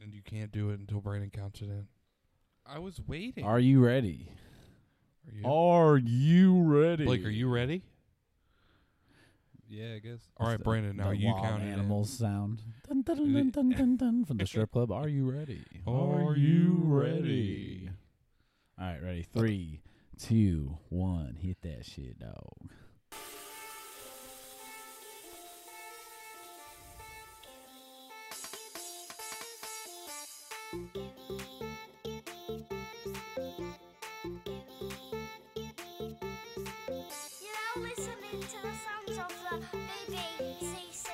and you can't do it until Brandon counts it in. I was waiting. Are you ready? Are you? Are you ready? Blake, are you ready? Yeah, I guess. All right, the- Brandon. Now the you wild count it. in. animals sound. Dun, dun, dun, dun, dun, dun, dun, from the strip club. Are you ready? Are you ready? All right, ready. Three, two, one. Hit that shit, dog. You're now listening to the sounds of the BBC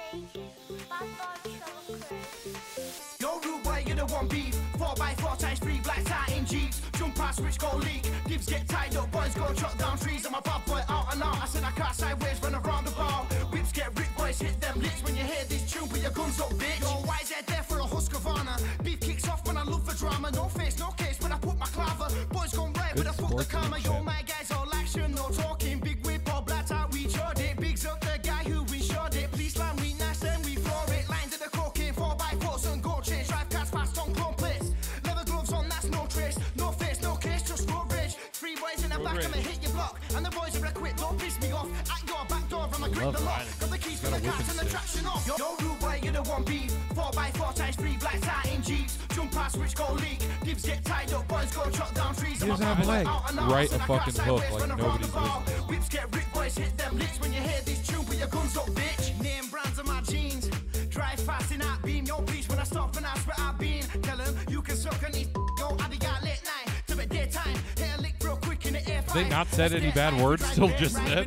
Bad Boy Killer Crew. Yo, rude boy, you the one beef. Four by four times three, black satin jeeps. Jump past which go leak. Dibs get tied up, boys go chop down trees. I'm a bad boy out and out. I said I can't sideways, run around the bar. Whips get ripped, boys hit them licks when you hear this tune. Put your guns up, bitch. Yo, why is there for a Husqvarna? Beef kicks off when I love for drama. No face, no case when I put my clava. Boys gone right when I put the karma. Yo, my guys all action, no talking. Big whip or black out, we showed it. Bigs up the guy who we showed it. Please land, we nice and we floor it. Lines in the cocaine, four by fours and go change. Drive cars fast on clone plates. Leather gloves on, that's no trace. No face, no case, just road rage. Three boys in the back, I'ma hit your block. And the boys are equipped, don't piss me off. At your back door, I'ma grip the lock. Got the keys for the cars and the traction off. Yo, yo rude boy, you're the one beef. Four by four times three, black satin jeeps. Jump past which go leak. Dibs get tied up, boys go chop down trees. I'm doesn't have a bad boy leg. out and out. Write I a can't fucking sideways hook like when I round nobody's the bar. Whips get ripped, boys hit them licks when you hear this tune with your guns up, bitch. Name brands on my jeans. Drive fast in that beam. Yo, please, when I stop and ask where I've been, tell 'em you can suck on these. Yo, I be out late night till the daytime. Hit a lick real quick in the air. they not said any bad words till just then?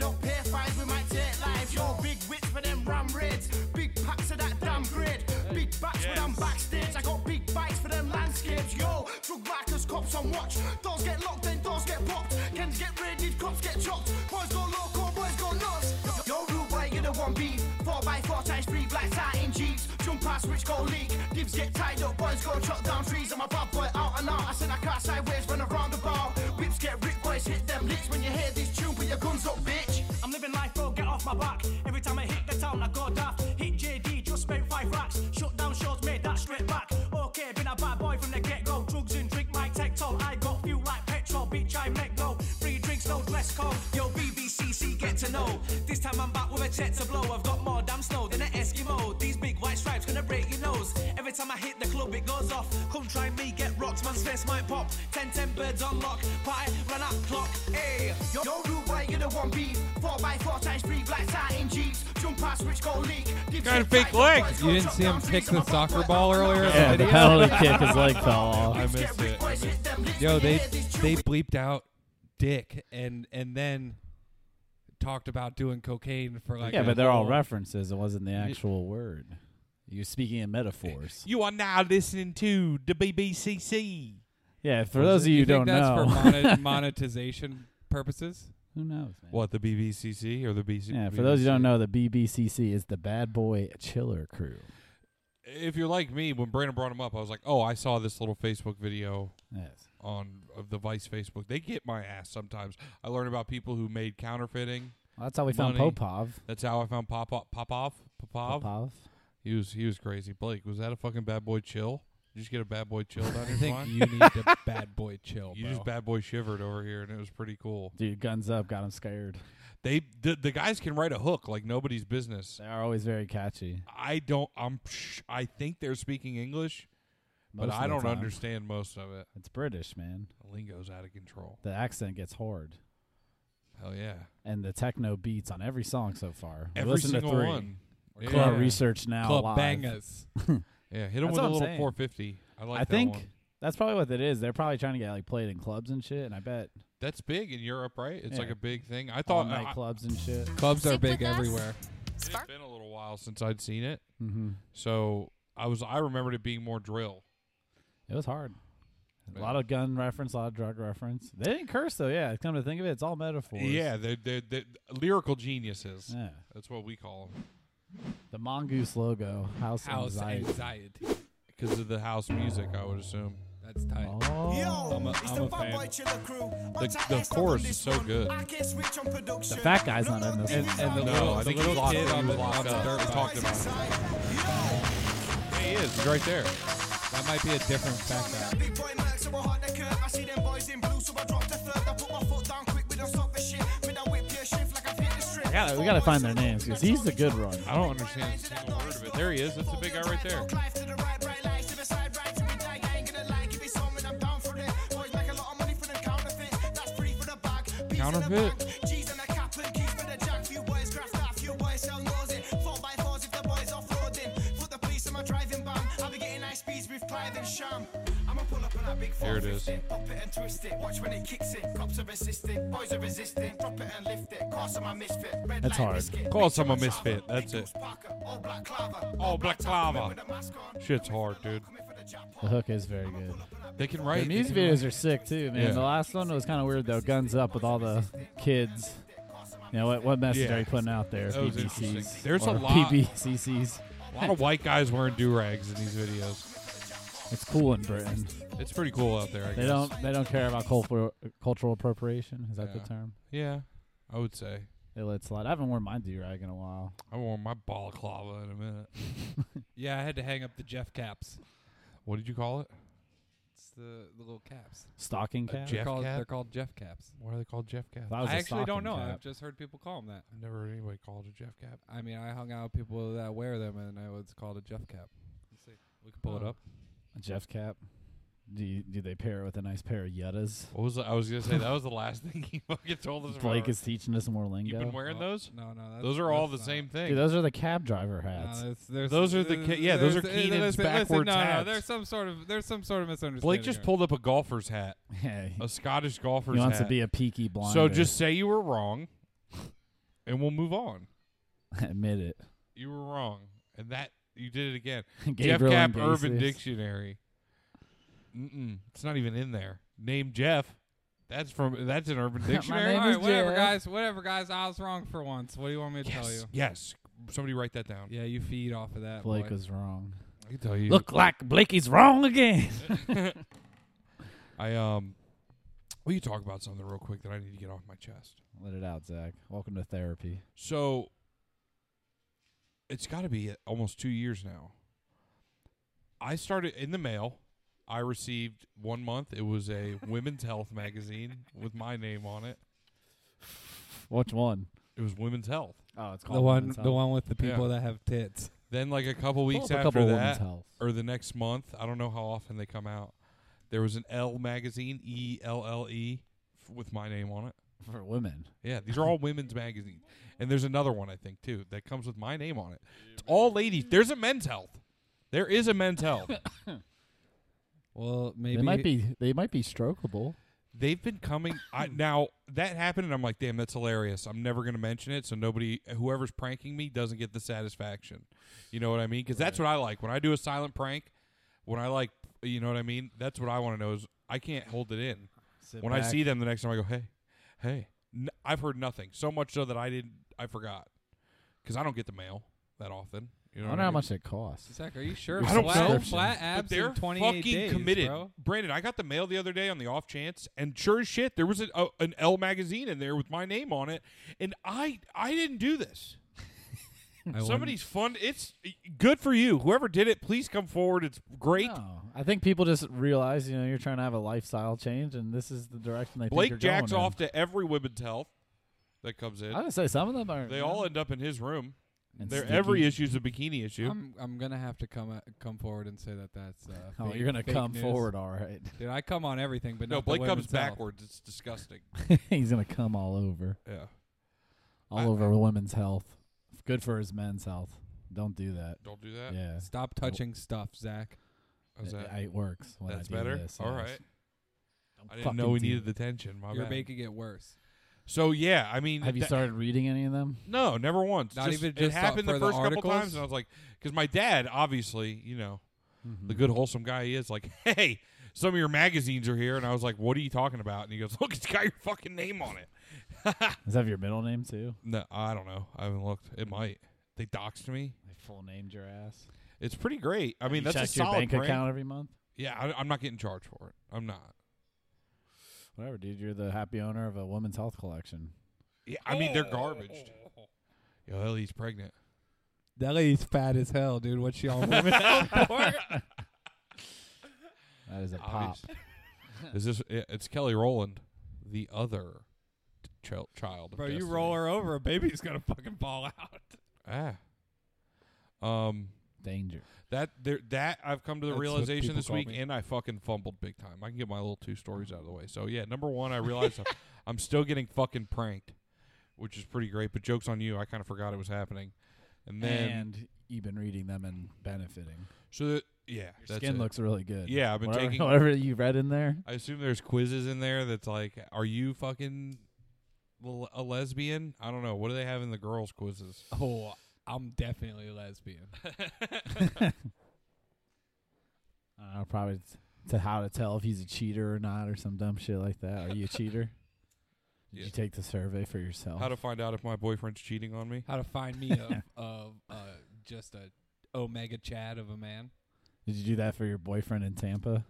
Big packs of that damn grid. Big backs when I'm backstage. I got big bikes for them landscapes. Yo, drug backers, cops on watch. Doors get locked, then doors get popped. Kens get raided, cops get chopped. Boys go loco, boys go nuts. Yo, rude boy, you're the one beef. Four by four times three, black satin jeeps. Jump past which go leak. Dibs get tied up, boys go chop down trees. I'm a bad boy out and out. I said I can't sideways, run around the bar. Whips get ripped, boys hit them licks when you hear this tune. Put your guns up, bitch. I'm living life, bro. Get off my back. Every time I hit the town, I go daft. Hit JD, just spent five racks. Shut down shows, made that straight back. Okay, been a bad boy from the get go. Drugs and drink, my tech toe. I got fuel like petrol, bitch. I make no free drinks, no dress code. Yo, BBCC, get to know. This time I'm back with a check to blow. I've got more damn snow than an Eskimo. These big white stripes gonna break your nose. Every time I hit the club, it goes off. Come try me, get rocked, man's face might pop. 10 10 birds on lock, party, run out clock. Hey, yo, yo, rude boy, you're the one beef. 4 by 4 times 3 black satin jeeps. Jump past which go leak. Got a fake leg. You didn't see him kick the soccer ball earlier? Yeah, the penalty kick. His leg fell off. I missed it. I missed it. Yo, they they bleeped out dick and and then talked about doing cocaine for like Yeah, a but they're all whole- references. It wasn't the actual word. You're speaking in metaphors. You are now listening to the BBCC. Yeah, for those of you who think don't that's know, for monet- monetization purposes. who knows? Man? What the BBCC or the BC? Yeah, for those who don't know, the BBCC is the Bad Boy Chiller Crew. if you're like me, when Brandon brought him up, I was like, "Oh, I saw this little Facebook video Yes. on of the Vice Facebook. They get my ass sometimes. I learned about people who made counterfeiting. Well, that's how we found Money. Popov. That's how I found Pop Popov. Popov. Popov. He was he was crazy. Blake, was that a fucking bad boy chill? Did you just get a bad boy chill down I your think spine? you need to bad boy chill, You bro. just bad boy shivered over here, and it was pretty cool. Dude, guns up, got him scared. They the, the guys can write a hook like nobody's business. They are always very catchy. I don't. I'm. Sh- I think they're speaking English, but most of I the don't time. understand most of it. It's British, man. The lingo's out of control. The accent gets hard. Hell yeah! And the techno beats on every song so far. We Every listened single to three. one. Club our Yeah. Research Now Club live. bangers. Yeah, hit them That's with a what I'm little saying. 450. I like I that think one. that's probably what it is. They're probably trying to get like played in clubs and shit. And I bet That's big in Europe, right? It's Yeah. like a big thing. I all thought I, night clubs and shit. Clubs are Stick with big us. everywhere. it's been a little while since I'd seen it, Mm-hmm. so I was I remembered it being more drill. It was hard. A Yeah. lot of gun reference, a lot of drug reference. They didn't curse though. Yeah, come to think of it, it's all metaphors. Yeah, they're, they're, they're lyrical geniuses. Yeah. That's what we call them The mongoose logo, house, House anxiety. anxiety. because of the house music. I would assume. That's tight. Oh. I'm a- it's I'm the a Bad fan. Boy Chiller crew. The- Untied the list, I'm chorus on is this so one. good. I can't switch on production. The fat guy's not in this And, one. and the No, I little, the think he little locked- kid he on the locked on the up. dirt He bike. talked about. it. He is he's right there. That might be a different fact. Tommy, that big boy Merc, so I hard the curve. I see them boys in blue, so I dropped a third. I put my foot down quick with a stop for shit. With a whip, your shift like I've hit the strip. I gotta- we gotta find their names because he's the good one. I don't understand a single word of it. There he is. That's the big guy right there. Clive to the right, bright lights to the side, right to the die. I ain't gonna lie, give me some and I'm down for it. Boys make a lot of money for them counterfeit. That's free for the bag. Peace in the Counterfeit? bag. G's and a cap and keys for the jack. Few boys graft that, few boys sell nose it. Four by fours if the boys off-roading. Put the police on my driving ban. I'll be getting high speeds with Clive and Sham. I'ma pull up on that big Here it is. 450, Pop it and twist it. Watch when it kicks it. Cops are resisting. Boys are resisting. Drop it and lift it. Call some a misfit. Red That's light hard. biscuit. Call Big some a John's misfit. Harbour. That's Big it. Goose Parker. All black clava. All Oh, black lava. lava. Shit's hard, dude. The hook is very good. They can write. The music they can videos are sick too, man. Yeah. The last one was kind of weird though. Guns up with all the kids. You know what? What message Yeah. are you putting out there? That was PBCs. interesting. There's a or lot- PBCCs. write- A lot of white guys wearing do rags in these videos. It's cool in Britain. It's pretty cool out there. I They guess. don't. They don't care about cultural cultural appropriation. Is that Yeah. the term? Yeah, I would say. They let slide. I haven't worn my do rag in a while. I worn my balaclava in a minute. Yeah, I had to hang up the Jeff caps. What did you call it? It's the, the little caps. Stocking cap. Jeff they're, called, cap? they're called Jeff caps. What are they called? Jeff Cap. That I've was I a actually stocking don't know. cap. I've just heard people call them that. never heard anybody called a Jeff Cap. I mean, I hung out with people that wear them, and I was called a Jeff cap. Let's see. We can pull it Oh. up. A Jeff cap. Do you, do they pair it with a nice pair of Yetas? What was the, I was gonna say? That was the last thing he fucking told us. Blake about. is teaching us more lingo. You've been wearing Well, those? No, no. That's, Those are all the that's same not- thing. Dude, those are the cab driver No, hats. that's- there's- Those are the uh, ca- yeah, those are there's- uh, Keenan's listen, backwards listen, no, hats. No, there's some sort of there's some sort of misunderstanding. Blake just here. pulled up a golfer's hat, Yeah, he- a Scottish golfer's he wants hat. to be a peaky blind. so just say you were wrong, and we'll move on. admit it. You were wrong, and that you did it again. Gabriel Jeff Cap Ingesius. Urban Dictionary. Mm-mm, it's not even in there. Name Jeff. That's from that's an Urban Dictionary. name All is right, whatever, Jeff. guys. Whatever, guys. I was wrong for once. What do you want me to tell you? yes, yes. Somebody write that down. Yeah, you feed off of that. Blake boy. was wrong. I can tell you. Look like Blakey's wrong again. I um, will you talk about something real quick that I need to get off my chest? Let it out, Zach. Welcome to therapy. So, it's got to be almost two years now. I started in the mail. I received one month. It was a women's health magazine with my name on it. Which one? It was women's health. Oh, it's the one, the one with the people Yeah. that have tits. Then, like a couple weeks a after couple that, women's health. or the next month, I don't know how often they come out. There was an L magazine, E L L E, f- with my name on it. for women. Yeah, these are all women's magazines. And there's another one I think too that comes with my name on it. It's all ladies. There's a men's health. There is a men's health. Well, maybe They might be they might be strokeable. They've been coming I now that happened and I'm like, "Damn, that's hilarious. I'm never going to mention it so nobody whoever's pranking me doesn't get the satisfaction." You know what I mean? Cuz that's what I like. When I do a silent prank, when I like, you know what I mean? That's what I want to know is I can't hold it in. when I see them the next time, I go, "Hey, hey." N- I've heard nothing so much so that I didn't, I forgot, because I don't get the mail that often. You I know what wonder how I mean? much it costs. Zach, are you sure? I don't flat, know. Flat But abs they're in 28 fucking days, committed. bro. Brandon, I got the mail the other day on the off chance, and sure as shit, there was a, a, an L magazine in there with my name on it, and I I didn't do this. I Somebody's fund. It's good for you. Whoever did it, please come forward. It's great. No, I think people just realize you know you're trying to have a lifestyle change, and this is the direction they Blake think you're jacks going off to every women's health that comes in. In. I would say some of them are. they you all know, end up in his room. and Their sticky. every issue's a bikini issue. I'm I'm gonna have to come uh, come forward and say that that's. Uh, Oh, fake- you're gonna fake come news. forward, all right. dude. I come on everything, but No, not the Blake comes women's health. backwards. It's disgusting. He's gonna come all over, Yeah. all I- over women's health. Good for his men's health. Don't do that. Don't do that. Yeah, Stop touching stuff, Zach. How's that? It- it works. When That's I do better. This, All yes. right. Don't I didn't fucking know we do needed it. the tension. My You're bad. making it worse. so yeah, I mean, Have you that- started reading any of them? No, never once. Not even it just the- happened the, for the first couple articles? times, and I was like, because my dad, obviously, you know, the good wholesome guy he is, like, hey, some of your magazines are here, and I was like, what are you talking about? And he goes, look, it's got your fucking name on it. Does that have your middle name too? no, I don't know. I haven't looked. It might. They doxed me. They full named your ass. It's pretty great. I mean, you that's a check your solid bank prank. account every month. Yeah, I, I'm not getting charged for it. I'm not. Whatever, dude. You're the happy owner of a women's health collection. Yeah, I mean they're garbaged. Yo, Ellie's pregnant. That lady's fat as hell, dude. What's she on women's health for? That is a pop. Obvious. Is this? i- It's Kelly Rowland, the other t- chil- child. of Bro, you Destiny. roll her over, a baby's gonna fucking fall out. Ah. Um. Danger. That there, that I've come to the That's what realization people this call week, me. and I fucking fumbled big time. I can get my little two stories out of the way. So yeah, number one, I realized I'm, I'm still getting fucking pranked, which is pretty great. But jokes on you, I kind of forgot it was happening. And then and you've been reading them and benefiting. so that, yeah, Your that's skin it. looks really good. Yeah, I've been whatever, taking- whatever you read in there. I assume there's quizzes in there that's like, are you fucking l- a lesbian? I don't know. What do they have in the girls' quizzes? Oh, I'm definitely a lesbian. I don't know, probably t- to how to tell if he's a cheater or not, or some dumb shit like that. Are you a cheater? Did Yeah. you take the survey for yourself? How to find out if my boyfriend's cheating on me? How to find me a, a, a just a omega Chad of a man? Did you do that for your boyfriend in Tampa?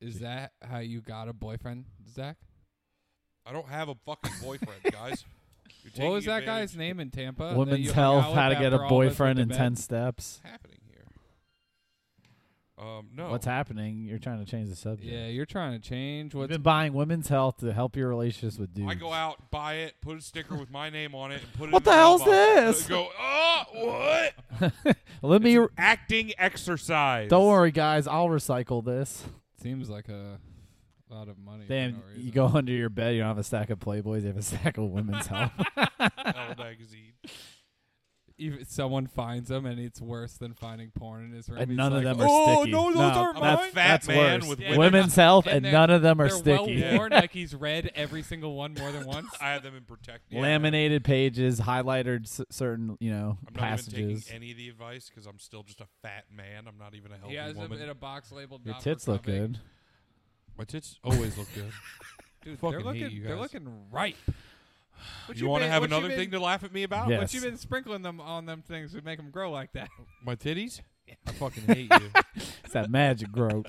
Is that how you got a boyfriend, Zach? I don't have a fucking boyfriend, guys. You're What taking was that advantage- guy's name in Uh, Tampa? that Women's you hung out health. with How to get after a all of us went boyfriend to in bed? ten steps. What's happening here? Um, no. What's happening? You're trying to change the subject. Yeah, you're trying to change You've what's been buying women's health to help your relationships with dudes. I go out, buy it, put a sticker with my name on it, and put it. What in the hell's mailbox. this? Go, oh, what? Let me. Acting exercise. Don't worry, guys. I'll recycle this. seems like a lot of money. for Damn, no you reason. go under your bed. You don't have a stack of Playboys. You have a stack of women's health. L magazine. Even someone finds them, and it's worse than finding porn in his room. And He's none like, of them "Oh, are "Oh, sticky. no, those aren't that's, mine." Fat That's man worse. with Yeah, women's- women's health, and, they're- none of them are They're well sticky. worn, like he's read every single one more than once. I have them in protect. yeah. Laminated pages, highlighted s- certain you know I'm not even passages. taking any of the advice because I'm still just a fat man. I'm not even a healthy He has them woman. in a box labeled. Your "Not for tits look cuffing." good. My tits always look good. Dude, Fucking they're hate looking, you they're guys. looking ripe. What you want to been- have what you another been- thing to laugh at me about? Yeah. What Yes. you been sprinkling them on them things to make them grow like that? My titties? I fucking hate you. It's that magic growth.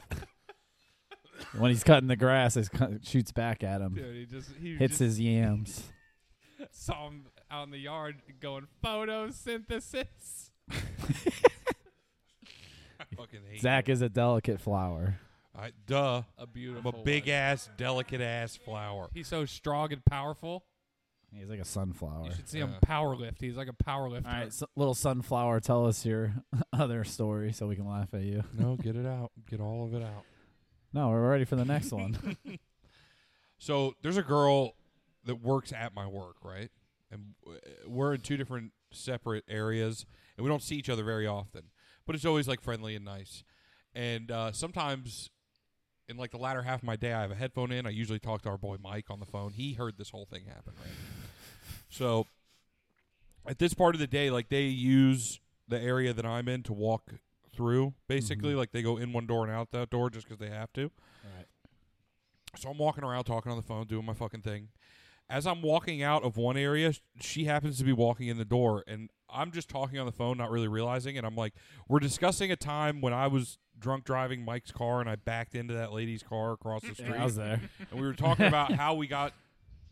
when he's cutting the grass, it cut- shoots back at him, Dude, he just he hits just his yams. saw him out in the yard going photosynthesis. I fucking hate Zach is a delicate flower. you. I, duh. A I'm beautiful. a big one. ass, delicate ass flower. He's so strong and powerful. He's like a sunflower. You should see him Yeah. power lift. He's like a power lifter. All right, s little sunflower, tell us your other story so we can laugh at you. No, get it out. Get all of it out. No, we're ready for the next one. So there's a girl that works at my work, right? And w- we're in two different separate areas, and we don't see each other very often. But it's always like friendly and nice. And uh, sometimes, in like the latter half of my day, I have a headphone in. I usually talk to our boy Mike on the phone. He heard this whole thing happen, right? So at this part of the day, like they use the area that I'm in to walk through. Basically, Mm-hmm. like they go in one door and out that door just because they have to. So I'm walking around talking on the phone, doing my fucking thing. As I'm walking out of one area, sh- she happens to be walking in the door, and I'm just talking on the phone, not really realizing. And I'm like, we're discussing a time when I was drunk driving Mike's car and I backed into that lady's car across the street. I was there. and we were talking about how we got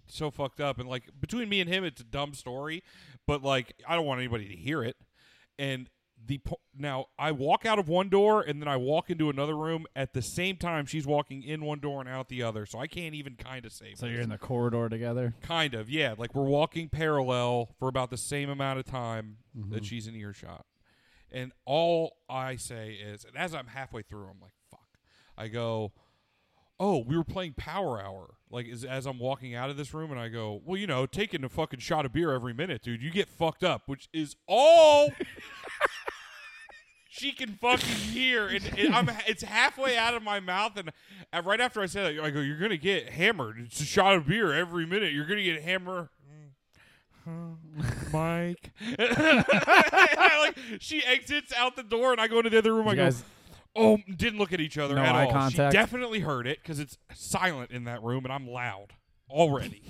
so fucked up. And like, between me and him, it's a dumb story, but like, I don't want anybody to hear it. And the po- now I walk out of one door and then I walk into another room at the same time she's walking in one door and out the other, so I can't even kind of save. So you're in the corridor together. kind of yeah, like we're walking parallel for about the same amount of time Mm-hmm. that she's in earshot, and all I say is, and as I'm halfway through, I'm like, fuck, I go. Oh, we were playing Power Hour. Like, as, as I'm walking out of this room, and I go, "Well, you know, taking a fucking shot of beer every minute, dude, you get fucked up," which is all she can fucking hear, and, and I'm it's halfway out of my mouth, and uh, right after I say that, I go, "You're gonna get hammered. It's a shot of beer every minute. You're gonna get hammered." Mike, like she exits out the door, and I go into the other room. I You go, guys, "Oh!" Didn't look at each other No at eye all. contact? She definitely heard it because it's silent in that room, and I'm loud already.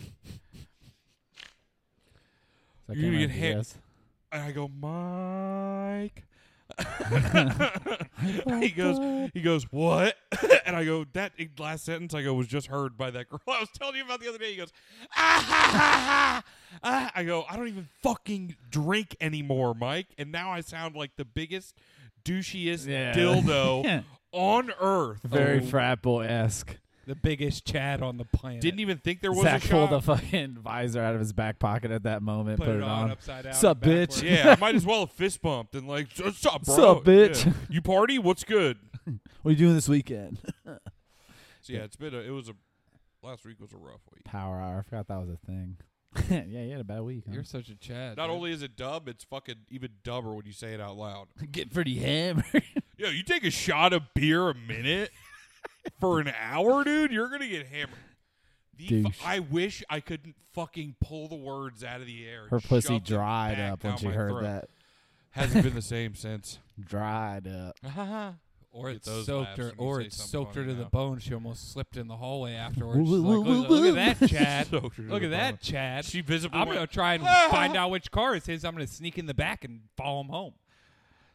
I You can't get remember hit. this. And I go, Mike. he goes, he goes, what? and I go, that last sentence I go was just heard by that girl I was telling you about the other day. He goes, ah, ha, ha, ha. Ah. I go, I don't even fucking drink anymore, Mike. And now I sound like the biggest douchiest Yeah. dildo Yeah. on earth. Very Oh, frat boy esque. the biggest Chad on the planet. Didn't even think there was Zach a pulled shot. a fucking visor out of his back pocket at that moment, put, put, it on, upside down. Sup, and backwards. bitch? yeah, I might as well have fist bumped and like, what's up, bro? Sup, bitch? Yeah. You party? What's good? What are you doing this weekend? So, yeah, it's been a, it was a last week was a rough week. Power hour. I forgot that was a thing. yeah, you had a bad week. Huh? You're such a Chad. Not dude. only is it dub, it's fucking even dubber when you say it out loud. getting pretty hammered. Yo, you take a shot of beer a minute for an hour, dude, you're gonna get hammered. The fu- Douche. I wish I couldn't fucking pull the words out of the air. and Her pussy shove them dried back up when down she my heard throat. that. Hasn't been the same since. Dried up. or Get it's those soaked laughs her, when you or say it's something soaked her funny to the now. bone. She almost slipped in the hallway afterwards. She's Woo, woo, like, look, woo, look at that, Chad. Soaked her to Look the bone. at that, Chad. She visibly I'm went, gonna try and find out which car is his. I'm gonna sneak in the back and follow him home.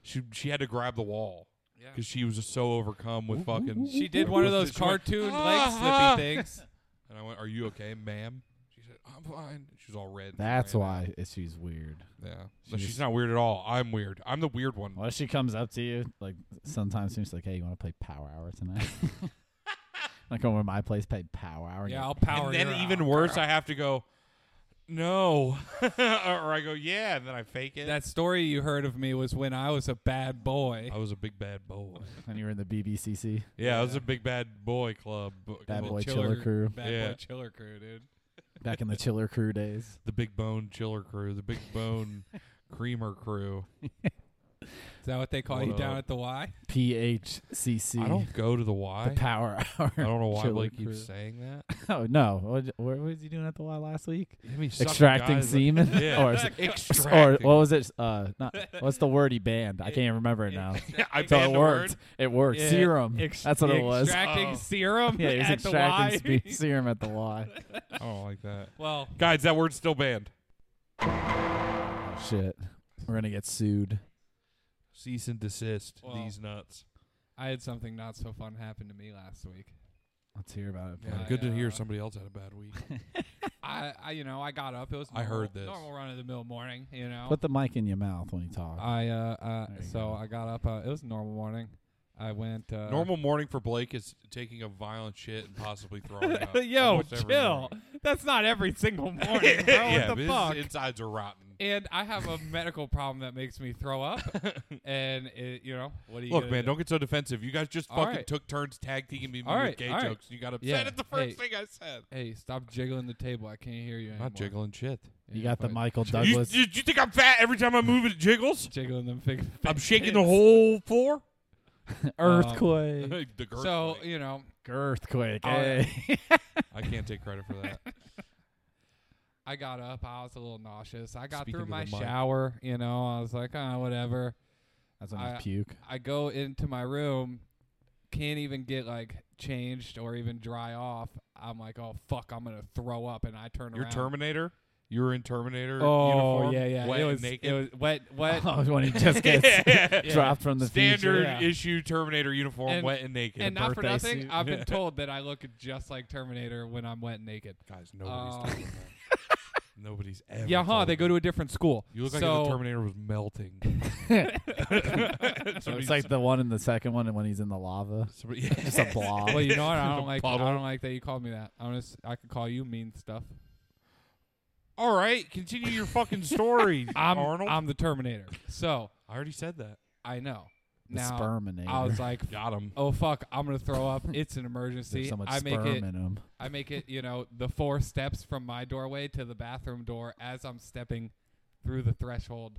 She she had to grab the wall Yeah. because she was just so overcome with fucking. She did one of those She went, cartoon leg "Ah, ah." slippy things. And I went, "Are you okay, ma'am?" She said, "I'm fine." She's all red. and That's ran why it- she's weird. out. Yeah, but she's, not weird at all. I'm weird. I'm the weird one. Well, she comes up to you like sometimes she's like, "Hey, you want to play Power Hour tonight?" like over my place, play Power Hour. and Yeah, you- I'll power and then your even out. worse, I have to go, "No," or I go, "Yeah," and then I fake it. That story you heard of me was when I was a bad boy. I was a big bad boy. and you were in the BBCC. yeah, I was a big bad boy club. Bad Well, boy chiller crew. Bad Yeah. boy chiller crew, dude. Back in the chiller crew days. The big bone chiller crew. The big bone creamer crew. Is that what they call What you down up? at the Y? PHCC. I don't go to the Y. the Power Hour. I don't know why chiller Blake crew. keeps saying that. Oh no! What, what was he doing at the Y last week? Him, he sucked Extracting guys- semen, Yeah. or, is it- or Extracting. what was it? Uh, not, what's the word he banned? I can't even remember it now. Yeah, I So banned it the worked. word. It worked. Yeah, Serum. ex- That's what it was. Extracting Oh. serum Yeah, he was at extracting the Y. spe- serum at the Y. I don't like that. well, Guys, that word's still banned. Shit. We're gonna get sued. Cease and desist Well, these nuts. I had something not so fun happen to me last week. Let's hear about it. Yeah, I, good to uh, hear somebody else had a bad week. I, I you know, I got up. It was I normal- heard this. normal run of the mill morning. You know, Put the mic in your mouth when you talk. I uh, uh There you so go. I got up. Uh, it was a normal morning. I went uh, Normal morning for Blake is taking a violent shit and possibly throwing up. Yo, Almost every chill. morning. That's not every single morning, bro. yeah, what but the his fuck? insides are rotten. and I have a medical problem that makes me throw up. and it, you know, what do you Look, gonna man, do? don't get so defensive. You guys just All fucking right. took turns tag teaming me All with right, gay all right. jokes. and You got upset Yeah, at the first hey. thing I said. Hey, stop jiggling the table. I can't hear you. I'm anymore. not jiggling shit. you Yeah, got the but Michael You, Douglas. you, you think I'm fat every time I move it jiggles? Jiggling them fig. I'm shaking the whole floor. earthquake. Um, the girth So thing. you know, earthquake. All eh? I can't take credit for that. I got up. I was a little nauseous. I got Speaking through to my the mic. shower. You know, I was like, ah, whatever. That's when I I- puke. I go into my room, can't even get like changed or even dry off. I'm like, oh fuck, I'm gonna throw up, and I turn You're around. Terminator. You were in Terminator. Oh uniform, yeah, yeah. Wet it and was naked. it was wet, wet. Oh, when he just gets dropped from the Standard future. Yeah. issue Terminator uniform, And- wet and naked. and not for birthday nothing, suit. I've been told that I look just like Terminator when I'm wet and naked. Guys, nobody's Uh, talking about that. Nobody's ever. Yeah, huh? They talking go to a different school. You look So- like the Terminator was melting. So Somebody's- it's like the one in the second one, and when he's in the lava, somebody- yeah. just a blob. Well, you know what? I The don't like. puddle. I don't like that you called me that. I'm just. I could call you mean stuff. All right, continue your fucking story, I'm Arnold. I'm the Terminator. So I already said that. I know. the now sperminator. I was like, Got him. oh fuck, I'm gonna throw up. It's an emergency. There's so much I make sperm it. in him. I make it. You know, the four steps from my doorway to the bathroom door as I'm stepping through the threshold.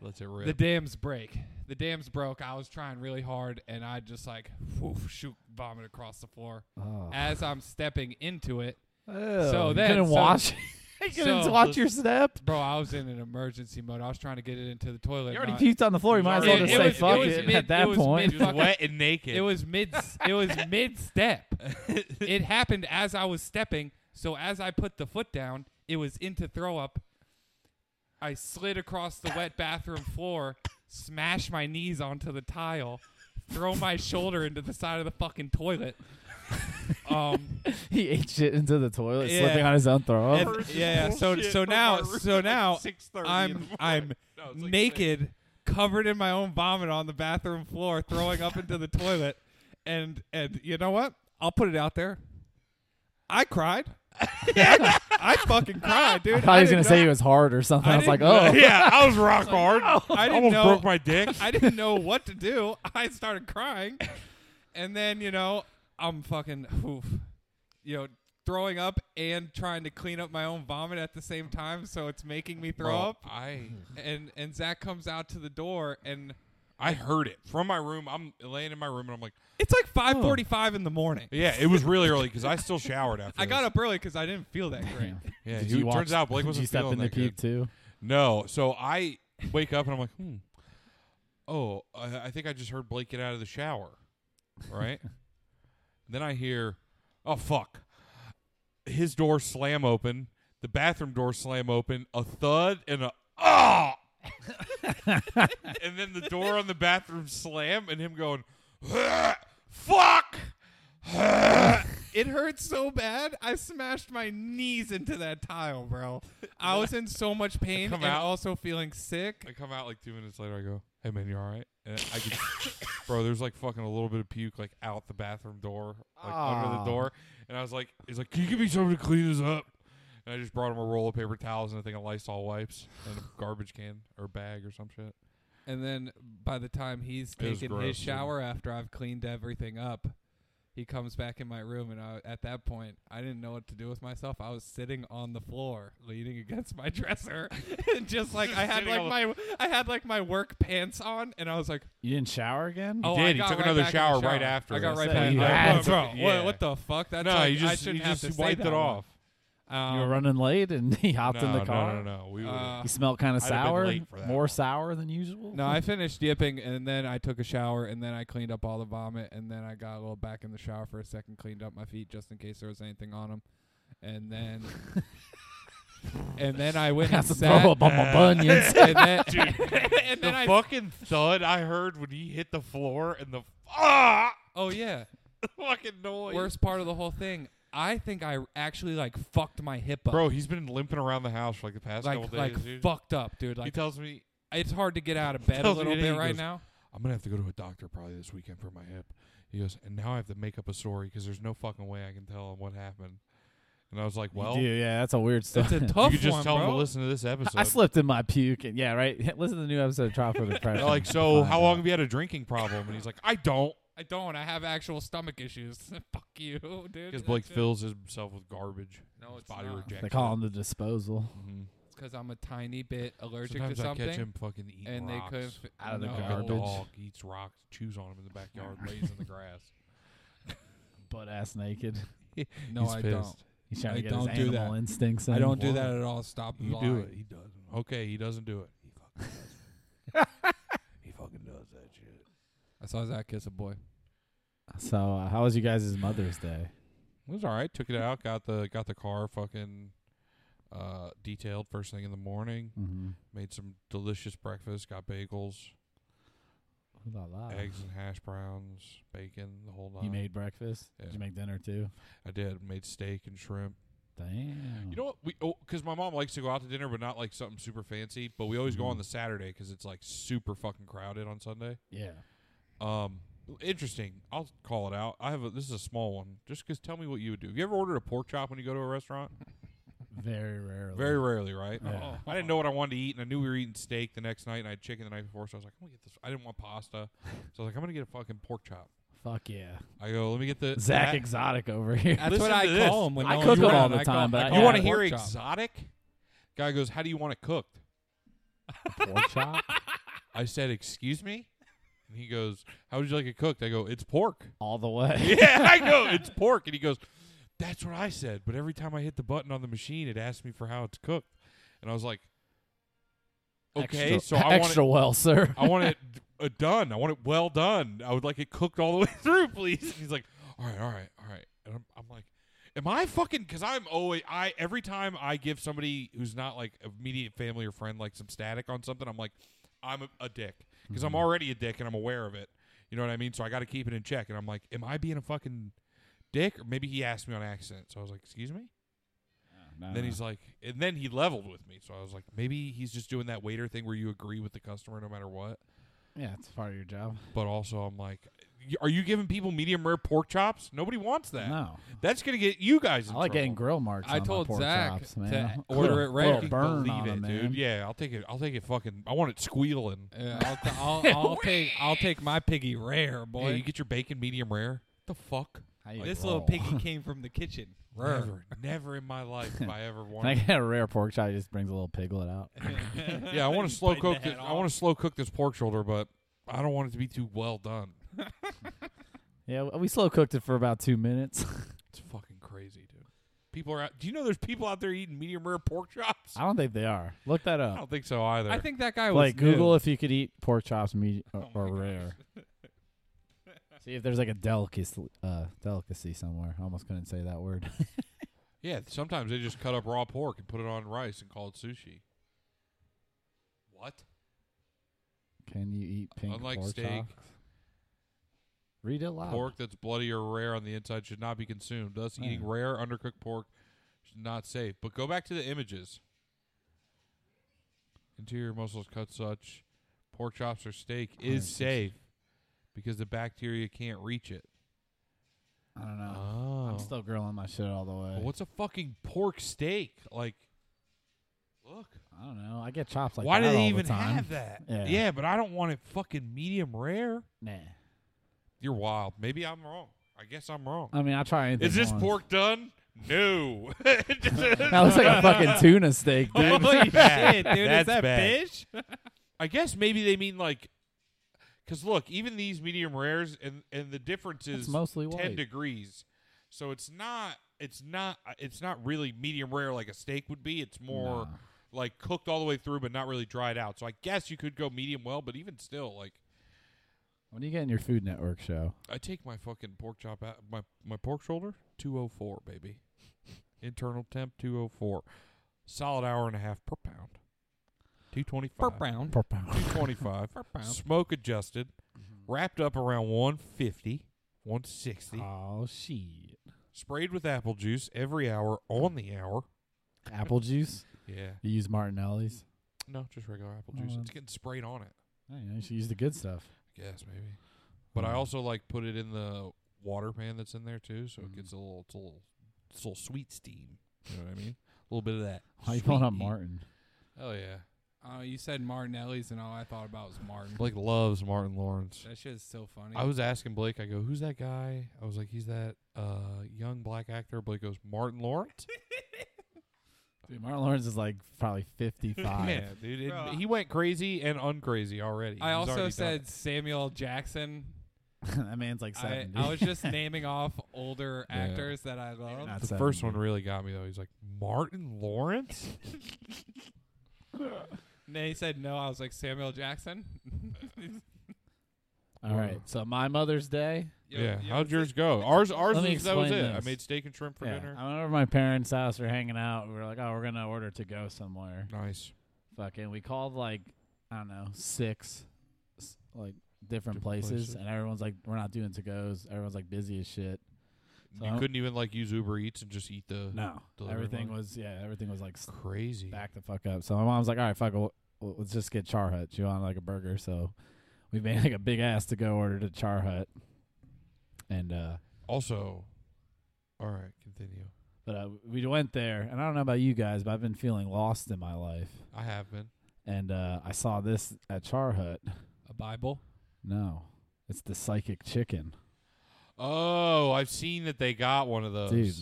Let's it rip. The dams break. The dams broke. I was trying really hard, and I just like, woof, shoot, vomit across the floor Oh. as I'm stepping into it. So then- couldn't so- watch. you couldn't so- watch your step. Bro, I was in an emergency mode. I was trying to get it into the toilet. You and already I- puked on the floor. You might as well It- just it say was- fuck it it, was mid- at that it was point. He was fucking- wet and naked. It was mid. it was mid step. it happened as I was stepping. So as I put the foot down, it was into throw up. I slid across the wet bathroom floor, smash my knees onto the tile, throw my shoulder into the side of the fucking toilet. Um, he ate shit into the toilet, Yeah. slipping on his own throw. and- up. Purchase yeah. So bullshit so from now my room so at now 6:30 in the I'm morning. I'm No, it's like naked, covered in my own vomit on the bathroom floor, throwing up into the toilet. And and you know what? I'll put it out there. I cried. I fucking cried, dude. I thought he was didn't gonna say know- he was hard or something. I, I was like, didn't know. oh, yeah, I was rock hard. I didn't almost know- broke my dick. I didn't know what to do. I started crying. And then, you know, I'm fucking oof, you know, throwing up and trying to clean up my own vomit at the same time, so it's making me throw Well, up. I And and Zach comes out to the door and I heard it from my room. I'm laying in my room and I'm like, it's like 5:45 in the morning. yeah, it was really early because I still showered after. I got this. up early cuz I didn't feel that great. Damn. Yeah, Did he- you watch- turns out Blake did wasn't you step feeling in the that puke good. too. No, so I wake up and I'm like, hmm. Oh, I, I think I just heard Blake get out of the shower, right? then I hear, oh fuck, his door slam open, the bathroom door slam open, a thud and a ah, and then the door on the bathroom slam and him going, "Huh, fuck. Huh." It hurt so bad. I smashed my knees into that tile, bro. I was in so much pain Come and out. also feeling sick. I come out like two minutes later. I go, "Hey man, you all right?" And I could, bro, there's like fucking a little bit of puke like out the bathroom door, like under Ah. the Aw. door. And I was like, "He's like, can you give me something to clean this up?" And I just brought him a roll of paper towels and a thing of Lysol wipes and a garbage can or bag or some shit. And then by the time he's It was taken gross, his dude. shower after I've cleaned everything up, he comes back in my room and I, at that point I didn't know what to do with myself. I was sitting on the floor, leaning against my dresser, and just like I had Sitting like on my I had like my work pants on, and I was like, You didn't shower again? oh, did. I He got took right another back in the shower right after. I got That's right it. back. You I- had bro, to- what, yeah. what the fuck? That's no, like, you I just you shouldn't have just to say wiped that it one. off. you were Um, running late and he hopped no, in the no, car. No, no, no. We Uh, were You smelled kind of I'd have been sour, late for that more one. sour than usual. No, I finished dipping and then I took a shower and then I cleaned up all the vomit and then I got a little back in the shower for a second, cleaned up my feet just in case there was anything on them, and then and then I went and Got to sat. throw up on my bunions. and then, Dude, the and then I fucking thud I heard when he hit the floor and the ah oh yeah, fucking noise. worst part of the whole thing. I think I actually like fucked my hip up, Bro, he's been limping around the house for like the past Like couple days. like dude. fucked up, dude. he Like tells me it's hard to get out of bed a tells me little today, bit he right goes, now. I'm gonna have to go to a doctor probably this weekend for my hip. He goes, and now I have to make up a story because there's no fucking way I can tell him what happened. And I was like, well, Dude, you, yeah, that's a weird It's stuff. a tough could just one, tell bro. him to listen to this episode. I slipped in my puke, and yeah, right. Listen to the new episode of Trial for They're Depression. like, to so find how out. long have you had a drinking problem? And he's like, I don't, I don't. I have actual stomach issues. Fuck you, dude. because Blake That's it. fills himself with garbage. No, His it's body not. rejects. They call him the disposal. hmm because I'm a tiny bit allergic Sometimes to I something, catch him fucking eating and they rocks. couldn't fi- Out of the no. Like a garbage. dog eats rocks, chews on him in the backyard, lays in the grass. Butt ass naked. No, He's pissed. I don't. He's trying I to get his don't do animal that. instincts. In. I don't do Why? that at all. Stop. You lying. do it. He doesn't. Okay, he doesn't do it. He fucking does it. he fucking does that shit. I saw Zach kiss a boy. So, uh, how was you guys' Mother's Day? It was all right. Took it out. Got the got the car fucking uh, detailed first thing in the morning. Mm-hmm. Made some delicious breakfast. Got bagels, eggs and hash browns, bacon, the whole nine. Ah. You made breakfast. yeah. Did you make dinner too? I did. Made steak and shrimp. Damn. You know what? We oh, because my mom likes to go out to dinner, but not like something super fancy. But we always go Mm-hmm. on the Saturday 'cause it's like super fucking crowded on Sunday. yeah. Um, interesting. I'll call it out. I have a, this is a small one. Just 'cause tell me what you would do. Have you ever ordered a pork chop when you go to a restaurant? Very rarely. Very rarely, right? Oh, Yeah. I didn't know what I wanted to eat, and I knew we were eating steak the next night, and I had chicken the night before. So I was like, I'm gonna get this. I didn't want pasta, so I was like, I'm gonna get a fucking pork chop. Fuck yeah. I go, let me get the Zach that- Exotic over here. That's Listen what I to this. call him when I no cook one's 'em all around. the I call- time, but I I- call You it want to pork hear chop. exotic? Guy goes, how do you want it cooked? pork chop. I said, excuse me. And he goes, how would you like it cooked? I go, it's pork. All the way. yeah, I go, it's pork. And he goes, that's what I said. But every time I hit the button on the machine, it asked me for how it's cooked. And I was like, okay, Extra- so I want it, extra well, sir. I want it uh, done. I want it well done. I would like it cooked all the way through, please. And he's like, all right, all right, all right. And I'm, I'm like, am I fucking? Because I'm always I every time I give somebody who's not like immediate family or friend like some static on something, I'm like, I'm a, a dick because I'm already a dick and I'm aware of it. You know what I mean? So I got to keep it in check. And I'm like, am I being a fucking dick? Or maybe he asked me on accident. So I was like, excuse me. no, then no. he's like, and then he leveled with me. So I was like, maybe he's just doing that waiter thing where you agree with the customer no matter what. yeah, it's part of your job. But also, I'm like, y- are you giving people medium rare pork chops? Nobody wants that. No, That's gonna get you guys. In I like getting trouble. grill marks. I on my told pork Zach chops, to man. order Little- it red. little Fucking burn believe on it, 'em, man. dude. Yeah, I'll take it. I'll take it. Fucking, I want it squealing. Yeah, I'll, t- I'll, I'll take I'll take my piggy rare, boy. Hey, you get your bacon medium rare. The fuck? How you this roll? little piggy came from the kitchen. Rare. Never, never in my life have I ever Can I wanted. get a rare pork chop? He just brings a little piglet out. yeah, I want to slow Biting the cook. This, head I want to slow cook this pork shoulder, but I don't want it to be too well done. Yeah, we slow cooked it for about two minutes. It's fucking crazy, dude. People are out. Do you know there's people out there eating medium rare pork chops? I don't think they are. Look that I up. don't think so either. I think that guy was Like new. Google if you could eat pork chops medi- Oh or, my or rare. See if there's like a delicacy, uh, delicacy somewhere. I almost couldn't say that word. yeah, sometimes they just cut up raw pork and put it on rice and call it sushi. What? Can you eat pink Unlike pork steak, chops? Read it loud. Pork that's bloody or rare on the inside should not be consumed. Thus, eating Yeah. rare, undercooked pork is not safe. But go back to the images. Interior muscles cut such. Pork chops or steak is it's- safe because the bacteria can't reach it. I don't know. Oh. I'm still grilling my shit all the way. But what's a fucking pork steak? Like, look. I don't know. I get chops like Why that do they all even the time. have that? Yeah. but I don't want it fucking medium rare. Nah. You're wild. Maybe I'm wrong. I guess I'm wrong. I mean, I try anything. Is this once. pork done? No. That looks like a fucking tuna steak, dude. Holy shit, dude! That's is that bad. fish? I guess maybe they mean like, because look, even these medium rares and and the difference It's is mostly ten white. degrees, so it's not it's not it's not really medium rare like a steak would be. It's more Nah. like cooked all the way through, but not really dried out. So I guess you could go medium well, but even still, like When are you getting your Food Network show? I take my fucking pork chop out my my pork shoulder two oh four baby, internal temp two oh four, solid hour and a half per pound, two twenty Per five. pound. Pork pound. 225 Per pound. Mm-hmm. smoke adjusted wrapped up around 150 160 Oh shit! sprayed with apple juice every hour on the hour Apple juice. yeah You use Martinelli's. no just regular apple juice Oh, it's that's- getting sprayed on it I don't know, you should use the good stuff. i guess maybe but i Mm. also like put it in the water pan that's in there too so it Mm. gets a little it's a little it's a little sweet steam you know what i mean a little bit of that Why are you calling sweet up heat. Martin? oh yeah Oh, you said Martinelli's, and all I thought about was Martin. blake loves martin lawrence That shit is so funny. I was asking Blake, I go, who's that guy? I was like, he's that uh, young black actor. Blake goes, Martin Lawrence? Dude, Martin Lawrence is like probably fifty-five. Yeah, dude. it- Bro. he went crazy and uncrazy already. I He's also already done said it. Samuel Jackson. that man's like I, seventy. I was just naming off older Yeah. actors that I love. Not the 70. first one really got me though. He's like Martin Lawrence. And then he said no. I was like Samuel Jackson. All right. So my Mother's Day. Yo, yeah. yo, How'd yours go? Ours, ours Let me was that was it. explain I this. made steak and shrimp for yeah, dinner. I went over to my parents' house. We're hanging out. We were like, oh, we're gonna order to go somewhere. Nice. Fucking. We called like I don't know six, s- like different, Different places, places. and everyone's like, we're not doing to goes. Everyone's like busy as shit. So I you don't- couldn't even like use Uber Eats and just eat the No, delivery everything money. was yeah, everything was like s- crazy. back the fuck up. So my mom's like, all right, fuck, it, we'll, we'll- let's just get Char Hut. She wanted like a burger, so we made like a big ass to go order to Char Hut, and uh, Also, all right, continue. but uh, we went there, and I don't know about you guys, but I've been feeling lost in my life, I have been. and uh, I saw this at Char Hut. A Bible. No, it's the psychic chicken, Oh, I've seen that they got one of those. dude.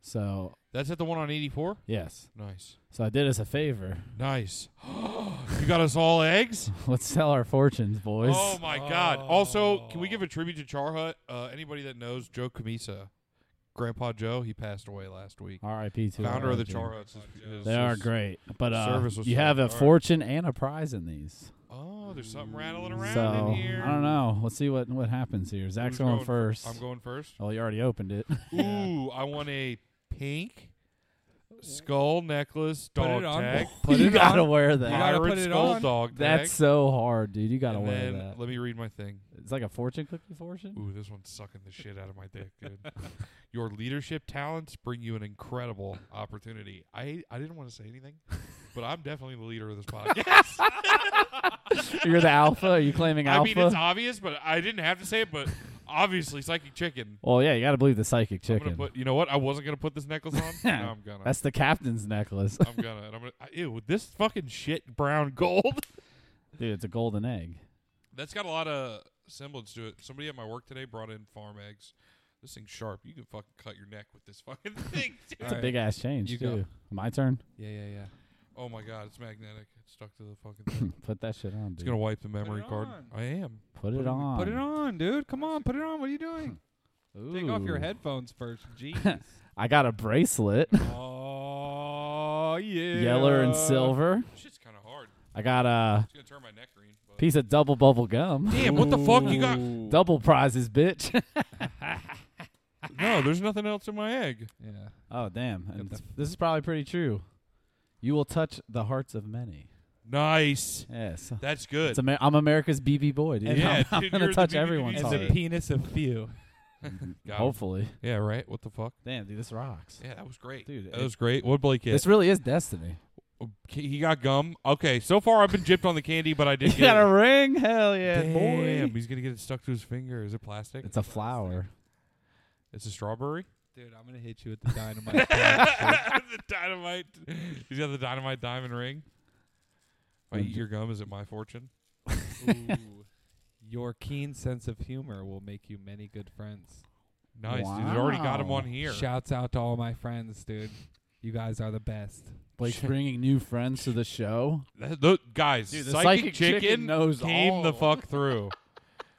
So That's at the one on 84? yes, Nice. so I did us a favor. Nice. you got us all eggs? let's tell our fortunes, boys. Oh my God! Also, can we give a tribute to Char Hut? Uh, anybody that knows Joe Camisa, Grandpa Joe, he passed away last week. R.I.P. to Founder of the RIP. Char Huts. is- They is- are is- great, but uh, service was you have a solid. All right. fortune and a prize in these. Oh, there's something Mm. rattling around so in here. I don't know. Let's see what what happens here. Zach's Who's going, going first. Oh, I'm going first. Well, you already opened it. Ooh, I want a pink skull necklace, Put it dog on. tag, Put you it gotta on. wear You gotta that. pirate put it skull on. dog tag. That's so hard, dude. You gotta and wear then that. let me read my thing. It's like a fortune cookie fortune. Ooh, this one's sucking the shit out of my dick, dude. Your leadership talents bring you an incredible opportunity. I I didn't want to say anything, but I'm definitely the leader of this podcast. You're the alpha. Are you claiming I alpha? mean, it's obvious, but I didn't have to say it. But obviously, psychic chicken. well, yeah, you gotta believe the psychic I'm chicken. gonna put. You know what? I wasn't gonna put this necklace on. now I'm gonna. That's the captain's necklace, I'm gonna. And I'm gonna. I- Ew, this fucking shit brown gold. dude. It's a golden egg. That's got a lot of semblance to it. Somebody at my work today brought in farm eggs. This thing's sharp. You can fucking cut your neck with this fucking thing. dude. It's a big ass change you too. go. My turn. Yeah, yeah, yeah. Oh my god, it's magnetic. It's stuck to the fucking thing. Put that shit on, it's dude. gonna wipe the memory it card. on. I am. put, it on. Put it on, dude. Come on, put it on. What are you doing? Take off your Ooh. headphones first. Jeez. I got a bracelet, oh yeah. yeller and silver. Shit's kind of hard. I got a It's gonna turn my neck green. But. piece of double bubble gum. Damn, what the fuck you got? Ooh. double prizes, bitch. No, there's nothing else in my egg. Yeah. oh damn! And the it's- this is probably pretty true. You will touch the hearts of many. Nice. Yes. That's good. It's Amer- I'm America's BB boy, dude. Yeah, I'm, I'm dude, you're gonna the touch BB everyone's It's And all the good. heart. penis of few. Mm-hmm. Got it. Hopefully. Yeah, right. What the fuck? Damn, dude, this rocks. Yeah, that was great. Dude, that it- was great. What Blake get? This really is destiny. He got gum. Okay, so far I've been gypped on the candy, but I did You get got it. a ring? Hell yeah, Damn, boy. he's gonna get it stuck to his finger. Is it plastic? It's a flower. It's a strawberry. Dude, I'm gonna hit you with the dynamite. Dude. the dynamite. He's got the dynamite diamond ring. If I Mm. eat your gum, is it my fortune? Ooh. Your keen sense of humor will make you many good friends. Nice. Dude, it already got him Wow. on here. Shouts out to all my friends, dude. You guys are the best. Blake's bringing new friends to the show. That- tho- guys, Dude, the psychic, psychic chicken knows came the all. fuck through.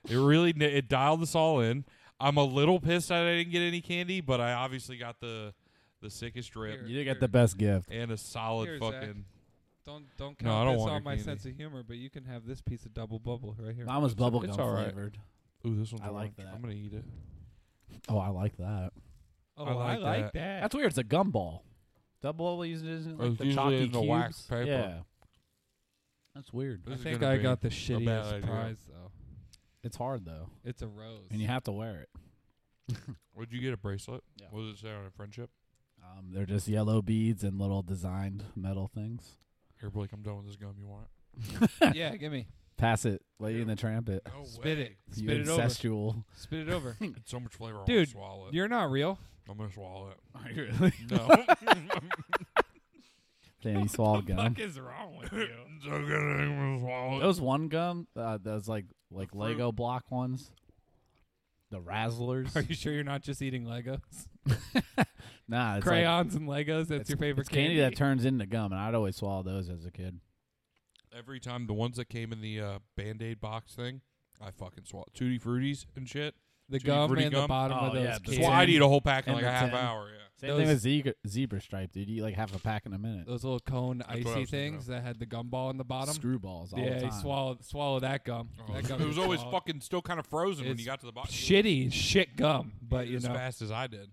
it really kn- it dialed us all in. I'm a little pissed that I didn't get any candy, but I obviously got the the sickest drip Here. You get the best gift. and a solid Here, Zach. fucking. Don't don't count No, I don't this want on your my candy. sense of humor, but you can have this piece of double bubble right here. Mine was bubblegum it's all right. flavored. Ooh, this one's I like orange. that. I'm gonna eat it. Oh, I like that. Oh, I like that. That's weird. It's a gumball. Double bubble uses it It's like the usually chalky in the cubes. wax paper. Yeah. That's weird. This I is think gonna I be got the a bad shittiest idea. prize though. It's hard though, It's a rose. and you have to wear it. Would you get a bracelet? Yeah. What does it say on it? Friendship. Um, they're just yellow beads and little designed metal things. Here, Blake. I'm done with this gum. You want yeah, give me. Pass it, lady in the trumpet. it? No Spit it. You Spit it over. incestual. Spit it over. It's so much flavor. I'm Dude, gonna swallow it. You're not real. I'm gonna swallow it. Are you really? No. Damn, he swallowed gum. is wrong with It's okay, I'm gonna swallow it. Those one gum, uh, those like like The fruit. Lego block ones, the Razzlers. Are you sure you're not just eating Legos? nah, it's like- Crayons and Legos. That's it's- your favorite it's candy, that turns into gum, and I'd always swallow those as a kid. Every time the ones that came in the uh, Band Aid box thing, I fucking swallow tutti fruities and shit. the Tutti gum Frutti and the gum? bottom Oh, of yeah, those the That's cans. tin. why I'd eat a whole pack in And like a the half tin. hour. Yeah. Same thing with zebra, zebra stripe, dude. You eat like half a pack in a minute. Those little cone what I icy was thinking of. things that had the gumball in the bottom. Screwballs all yeah, the you time. swallow swallow that gum. That gum Oh, it was you always swallow. fucking still kind of frozen when It's you got to the box. shitty shit gum, You but ate it you as know. fast as I did.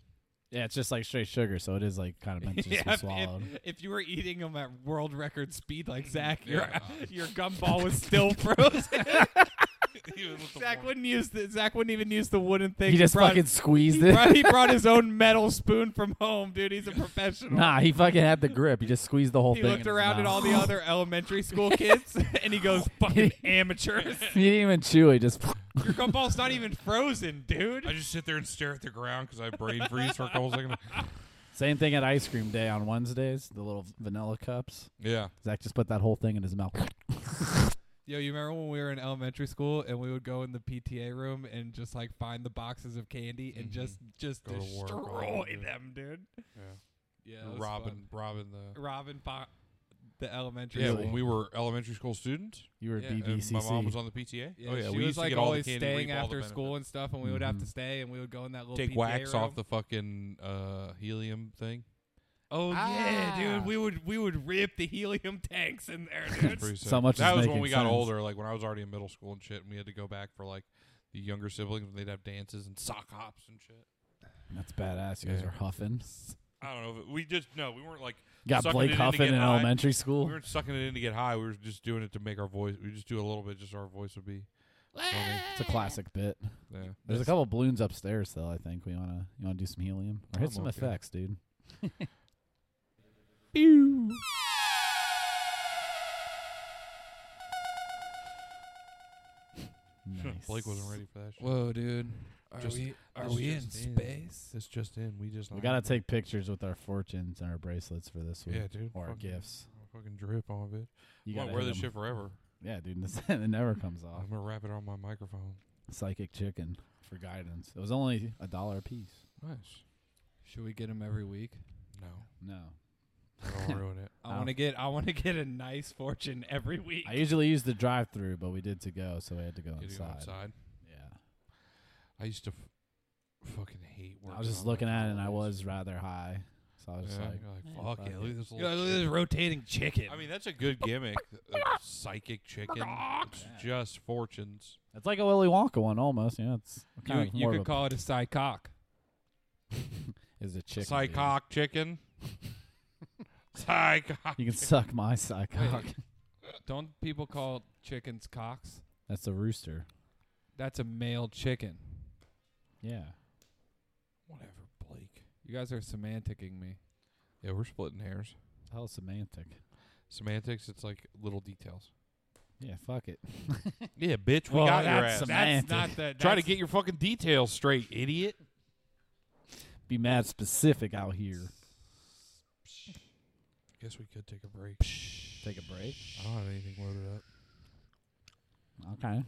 yeah, it's just like straight sugar, so it is like kind of meant to just be if, swallowed. if- if you were eating them at world record speed like Zach, Yeah. your your gumball was still frozen. Even with the Zach warm- wouldn't use the Zach wouldn't even use the wooden thing. he just brought- fucking squeezed he brought, it. he brought his own metal spoon from home, dude. He's a professional. nah, he fucking had the grip. He just squeezed the whole he thing. looked in his around at mouth. all the other elementary school kids, and he goes, "Fucking amateurs! he didn't even chew. He just. Your gumball's not even frozen, dude." I just sit there and stare at the ground because I brain freeze for a couple seconds. Same thing at ice cream day on Wednesdays. The little vanilla cups. Yeah. Zach just put that whole thing in his mouth. Yo, you remember when we were in elementary school and we would go in the PTA room and just like find the boxes of candy and Mhm. just just Go to work on destroy it, dude. them, dude. Yeah, that was Robin, Robin the. fun. Robin, Bo- the elementary. Yeah, school. when we were elementary school students, You were Yeah, and and BBCC. my mom was on the PTA. Yeah, oh yeah, she we was used to like get all the always candy, staying reap all the after benefits. Mm-hmm. school and stuff, and we would have to Mhm. stay, and we would go in that little Take PTA wax room. off the fucking uh, helium thing. Oh yeah, Ah. dude, we would we would rip the helium tanks in there, That's dude. pretty so sick. much That is was when making we got sense. older, like when I was already in middle school and shit, and we had to go back for like the younger siblings, and they'd have dances and sock hops and shit. That's badass. You guys Yeah. are huffing. I don't know. if it- We just no, we weren't like Got sucking Blake it in to Huffin get in high. elementary We school. weren't sucking it in to get high. We were just doing it to make our voice. We just do a little bit. Just our voice would be. Funny. It's a classic bit. Yeah. There's a couple balloons upstairs though. I think we wanna you wanna do some helium or hit I'm some Oh, okay. effects, dude. nice. Blake wasn't ready for that. Shit. Whoa, dude. Are Just- we are this we in just in. space? It's just in. We just We lied. gotta take pictures with our fortunes and our bracelets for this week, Yeah, dude. or our fucking, gifts. Fucking drip off it. You I'm gotta gonna wear hit this 'em. shit forever. Yeah, dude, this, it never comes off. I'm gonna wrap it on my microphone. Psychic chicken for guidance. It was only a dollar a piece. Nice. Should we get them every week? No, No, don't ruin it. I Oh. want to get I want to get a nice fortune every week. I usually use the drive-through, but we did to go, so we had to go Get it inside. outside. Yeah, I used to f- fucking hate working. I was just on looking those at it, and I holidays. was rather high, so I was just Yeah, like, you're like, "Man, fuck fuck yeah, it." look at this You know, little. look at chick." this rotating chicken. I mean, that's a good gimmick. uh, psychic chicken. It's Yeah. just fortunes. it's like a Willy Wonka one almost. You know, it's kind you, of you more could of call it a psychoc. a, is a chicken. dude. Psychoc chicken. Psychoc. You can suck my psychoc. Wait. Don't people call chickens cocks? That's a rooster. That's a male chicken. Yeah. Whatever, Blake. You guys are semanticing me. Yeah, we're splitting hairs. Hell, semantic. Semantics. It's like little details. Yeah, fuck it. Yeah, bitch. We Well, got your that's ass. some- That's Semantic. not Try the. to that's- get your fucking details straight, idiot. Be mad specific out here. Guess we could take a break. Take a break. I don't have anything loaded up. Okay.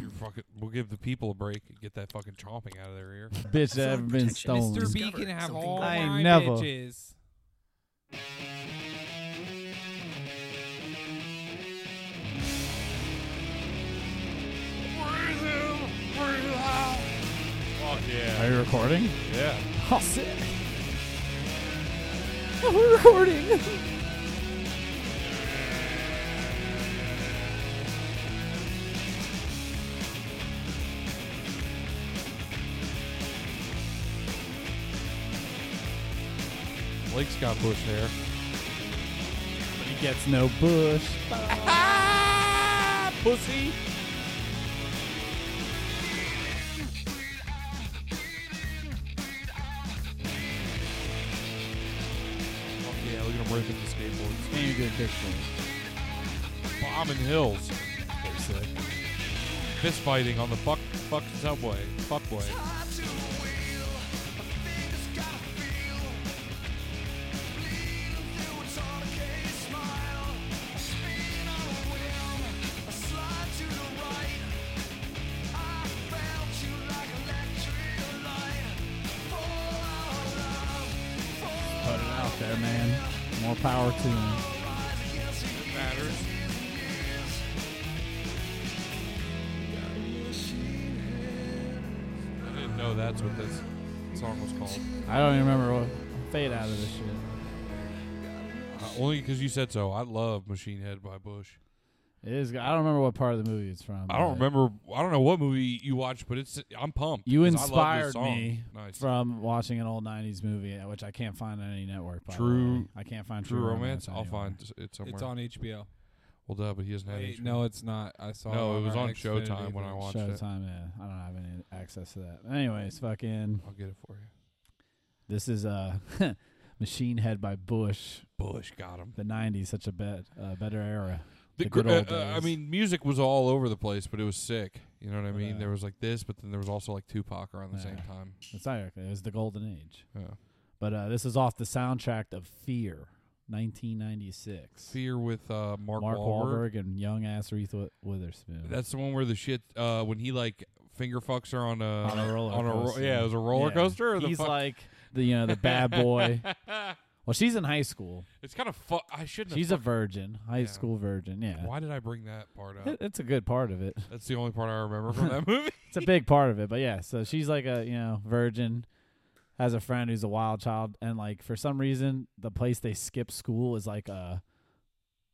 You're fucking. We'll give the people a break. and Get that fucking chomping out of their ear. Bitch, that ever been stolen. Mr. B can have Something all I ain't my never- bitches. Fuck yeah. Are you recording? Yeah. Oh, sick. We're recording. Blake's got bush hair. He gets no bush. Pussy. Fuck yeah, look at him ripping the skateboards. Man, you're doing Christian. Bombing hills. Fist fighting on the fuck fuck subway. Fuckway. Put it out there, man. More power to him. Matters. I didn't know that's what this song was called. I don't even remember what fade out of this shit. Uh, only because you said so. I love Machine Head by Bush. It is. I don't remember what part of the movie it's from. I don't but remember. I don't know what movie you watched, but it's. I'm pumped. You 'cause I love this inspired song. me Nice. From watching an old '90s movie, uh, which I can't find on any network. By the True- way. I can't find True Romance. I'll anywhere. find it somewhere. It's on HBO. Well, duh, but he doesn't have Wait, it. no, it's not. I saw. No, it, it was our on Xfinity Showtime when I thing. watched it. Showtime. Yeah, I don't have any access to that. Anyways, fucking. I'll get it for you. This is uh, Machine Head by Bush. Bush got him. The '90s, such a bet, uh, better era. The, The good gr- uh, old uh, I days. mean, music was all over the place, but it was sick. You know what I mean? uh, there was like this, but then there was also like Tupac around the Yeah. same time. It's not. It was the golden age. Yeah. But uh, this is off the soundtrack of Fear, 1996. Fear with uh, Mark, Mark Wahlberg. Wahlberg and young ass Reese Wi- Witherspoon. That's the one where the shit uh, when he like finger fucks her on a on a roller on a ro- coaster. yeah, it was a roller Yeah. coaster. Or the He's fuck- like the you know the bad boy. well, she's in high school. it's kind of fu- I shouldn't. She's a have virgin, high Yeah. school virgin. Yeah, fucking- Why did I bring that part up? It- it's a good part of it. That's the only part I remember from that movie. It's a big part of it. But yeah, so she's like a you know virgin, has a friend who's a wild child, and like for some reason the place they skip school is like a,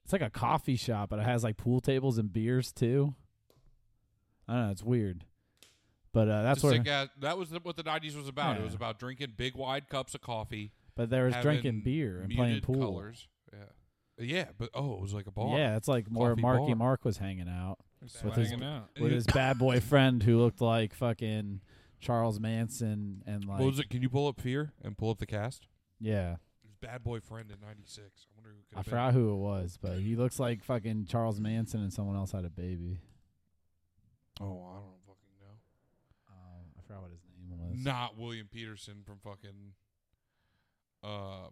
it's like a coffee shop, but it has like pool tables and beers too. I don't know. It's weird. But uh, that's It's a where sick ass- that was the, what the nineties was about. It Yeah. was about drinking big wide cups of coffee But there was having drinking beer and playing muted pool. Colors. Yeah, yeah, but oh, it was like a bar. Yeah, it's like where Coffee Marky bar. Mark was hanging out with his Hanging out. with his bad boy friend who looked like fucking Charles Manson and like what was it? Can you pull up Fear and pull up the cast? yeah. His bad boyfriend in '96. I wonder who could. I forgot who it was, but he looks like fucking Charles Manson and someone else had a baby. Oh, I don't fucking know. Um, I forgot what his name was. Not William Peterson from fucking uh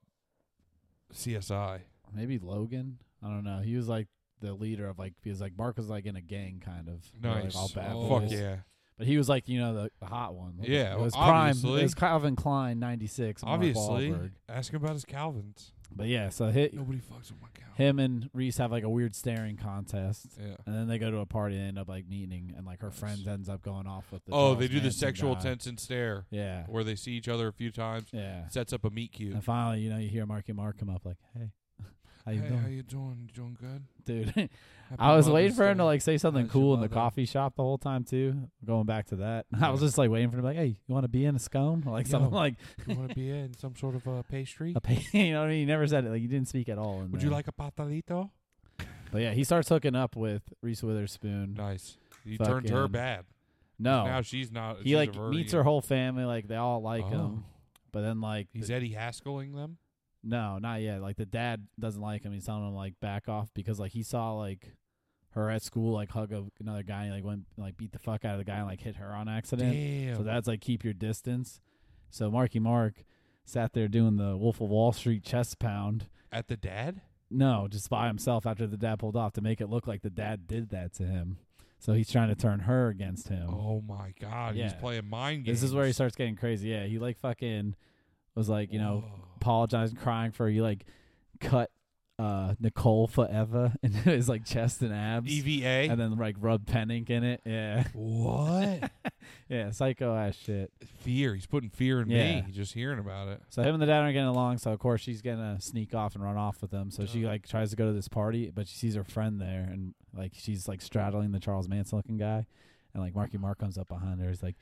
CSI. Maybe Logan. I don't know. He was like the leader of like because like Mark was like in a gang kind of. They were, Nice. Like all bad Oh. Fuck boys. yeah. But he was like you know the, the hot one. Look at- Yeah, It was prime. obviously. It was Calvin Klein ninety six. Obviously, Wahlberg. ask him about his Calvins. But yeah, so hi Nobody fucks with my Calvin. him and Reese have like a weird staring contest. Yeah. And then they go to a party and end up like meeting, and like her friends ends up going off with the. oh, Charles they do the Manson sexual guy. tense and stare Yeah, where they see each other a few times. yeah. Sets up a meet cute. And finally, you know, you hear Marky Mark come up like, "Hey, how you hey, how doing, you doing? You doing good? dude?" Happy I was Mother's waiting for him to Day. like say something How's your cool in the mother? coffee shop the whole time too. Going back to that, I was Yeah. just like waiting for him to be like, "Hey, you want to be in a scone?" Or, like something Yo. like you want to be in some sort of a pastry? a pa- you know what I mean? You never said it. Like you didn't speak at all. in Would you there. like a patalito? But yeah, he starts hooking up with Reese Witherspoon. Nice. You turned her Fucking- bad. No, Now she's not. he she's like averting meets it. her whole family. Like they all like Oh. him. But then like He's the- Eddie Haskelling them. no, not yet. Like the dad doesn't like him. He's telling him like back off because like he saw like her at school like hug a, another guy and like went like beat the fuck out of the guy and like hit her on accident. Damn. So that's like keep your distance. So Marky Mark sat there doing the Wolf of Wall Street chest pound. At the dad? No, just by himself after the dad pulled off to make it look like the dad did that to him. So he's trying to turn her against him. Oh my god, he's Yeah. playing mind games. this is where he starts getting crazy. Yeah, he like fucking was like, you know, Whoa. apologizing, crying for you like cut uh Nicole forever into his like chest and abs. EVA. And then like rub pen ink in it. Yeah. What? Yeah, psycho ass shit. fear. He's putting fear in Yeah. me. Just hearing about it. So him and the dad aren't getting along. So of course she's gonna sneak off and run off with him. So she Duh. like tries to go to this party, but she sees her friend there, and like she's like straddling the Charles Manson looking guy, and like Marky Mark comes up behind her, is like,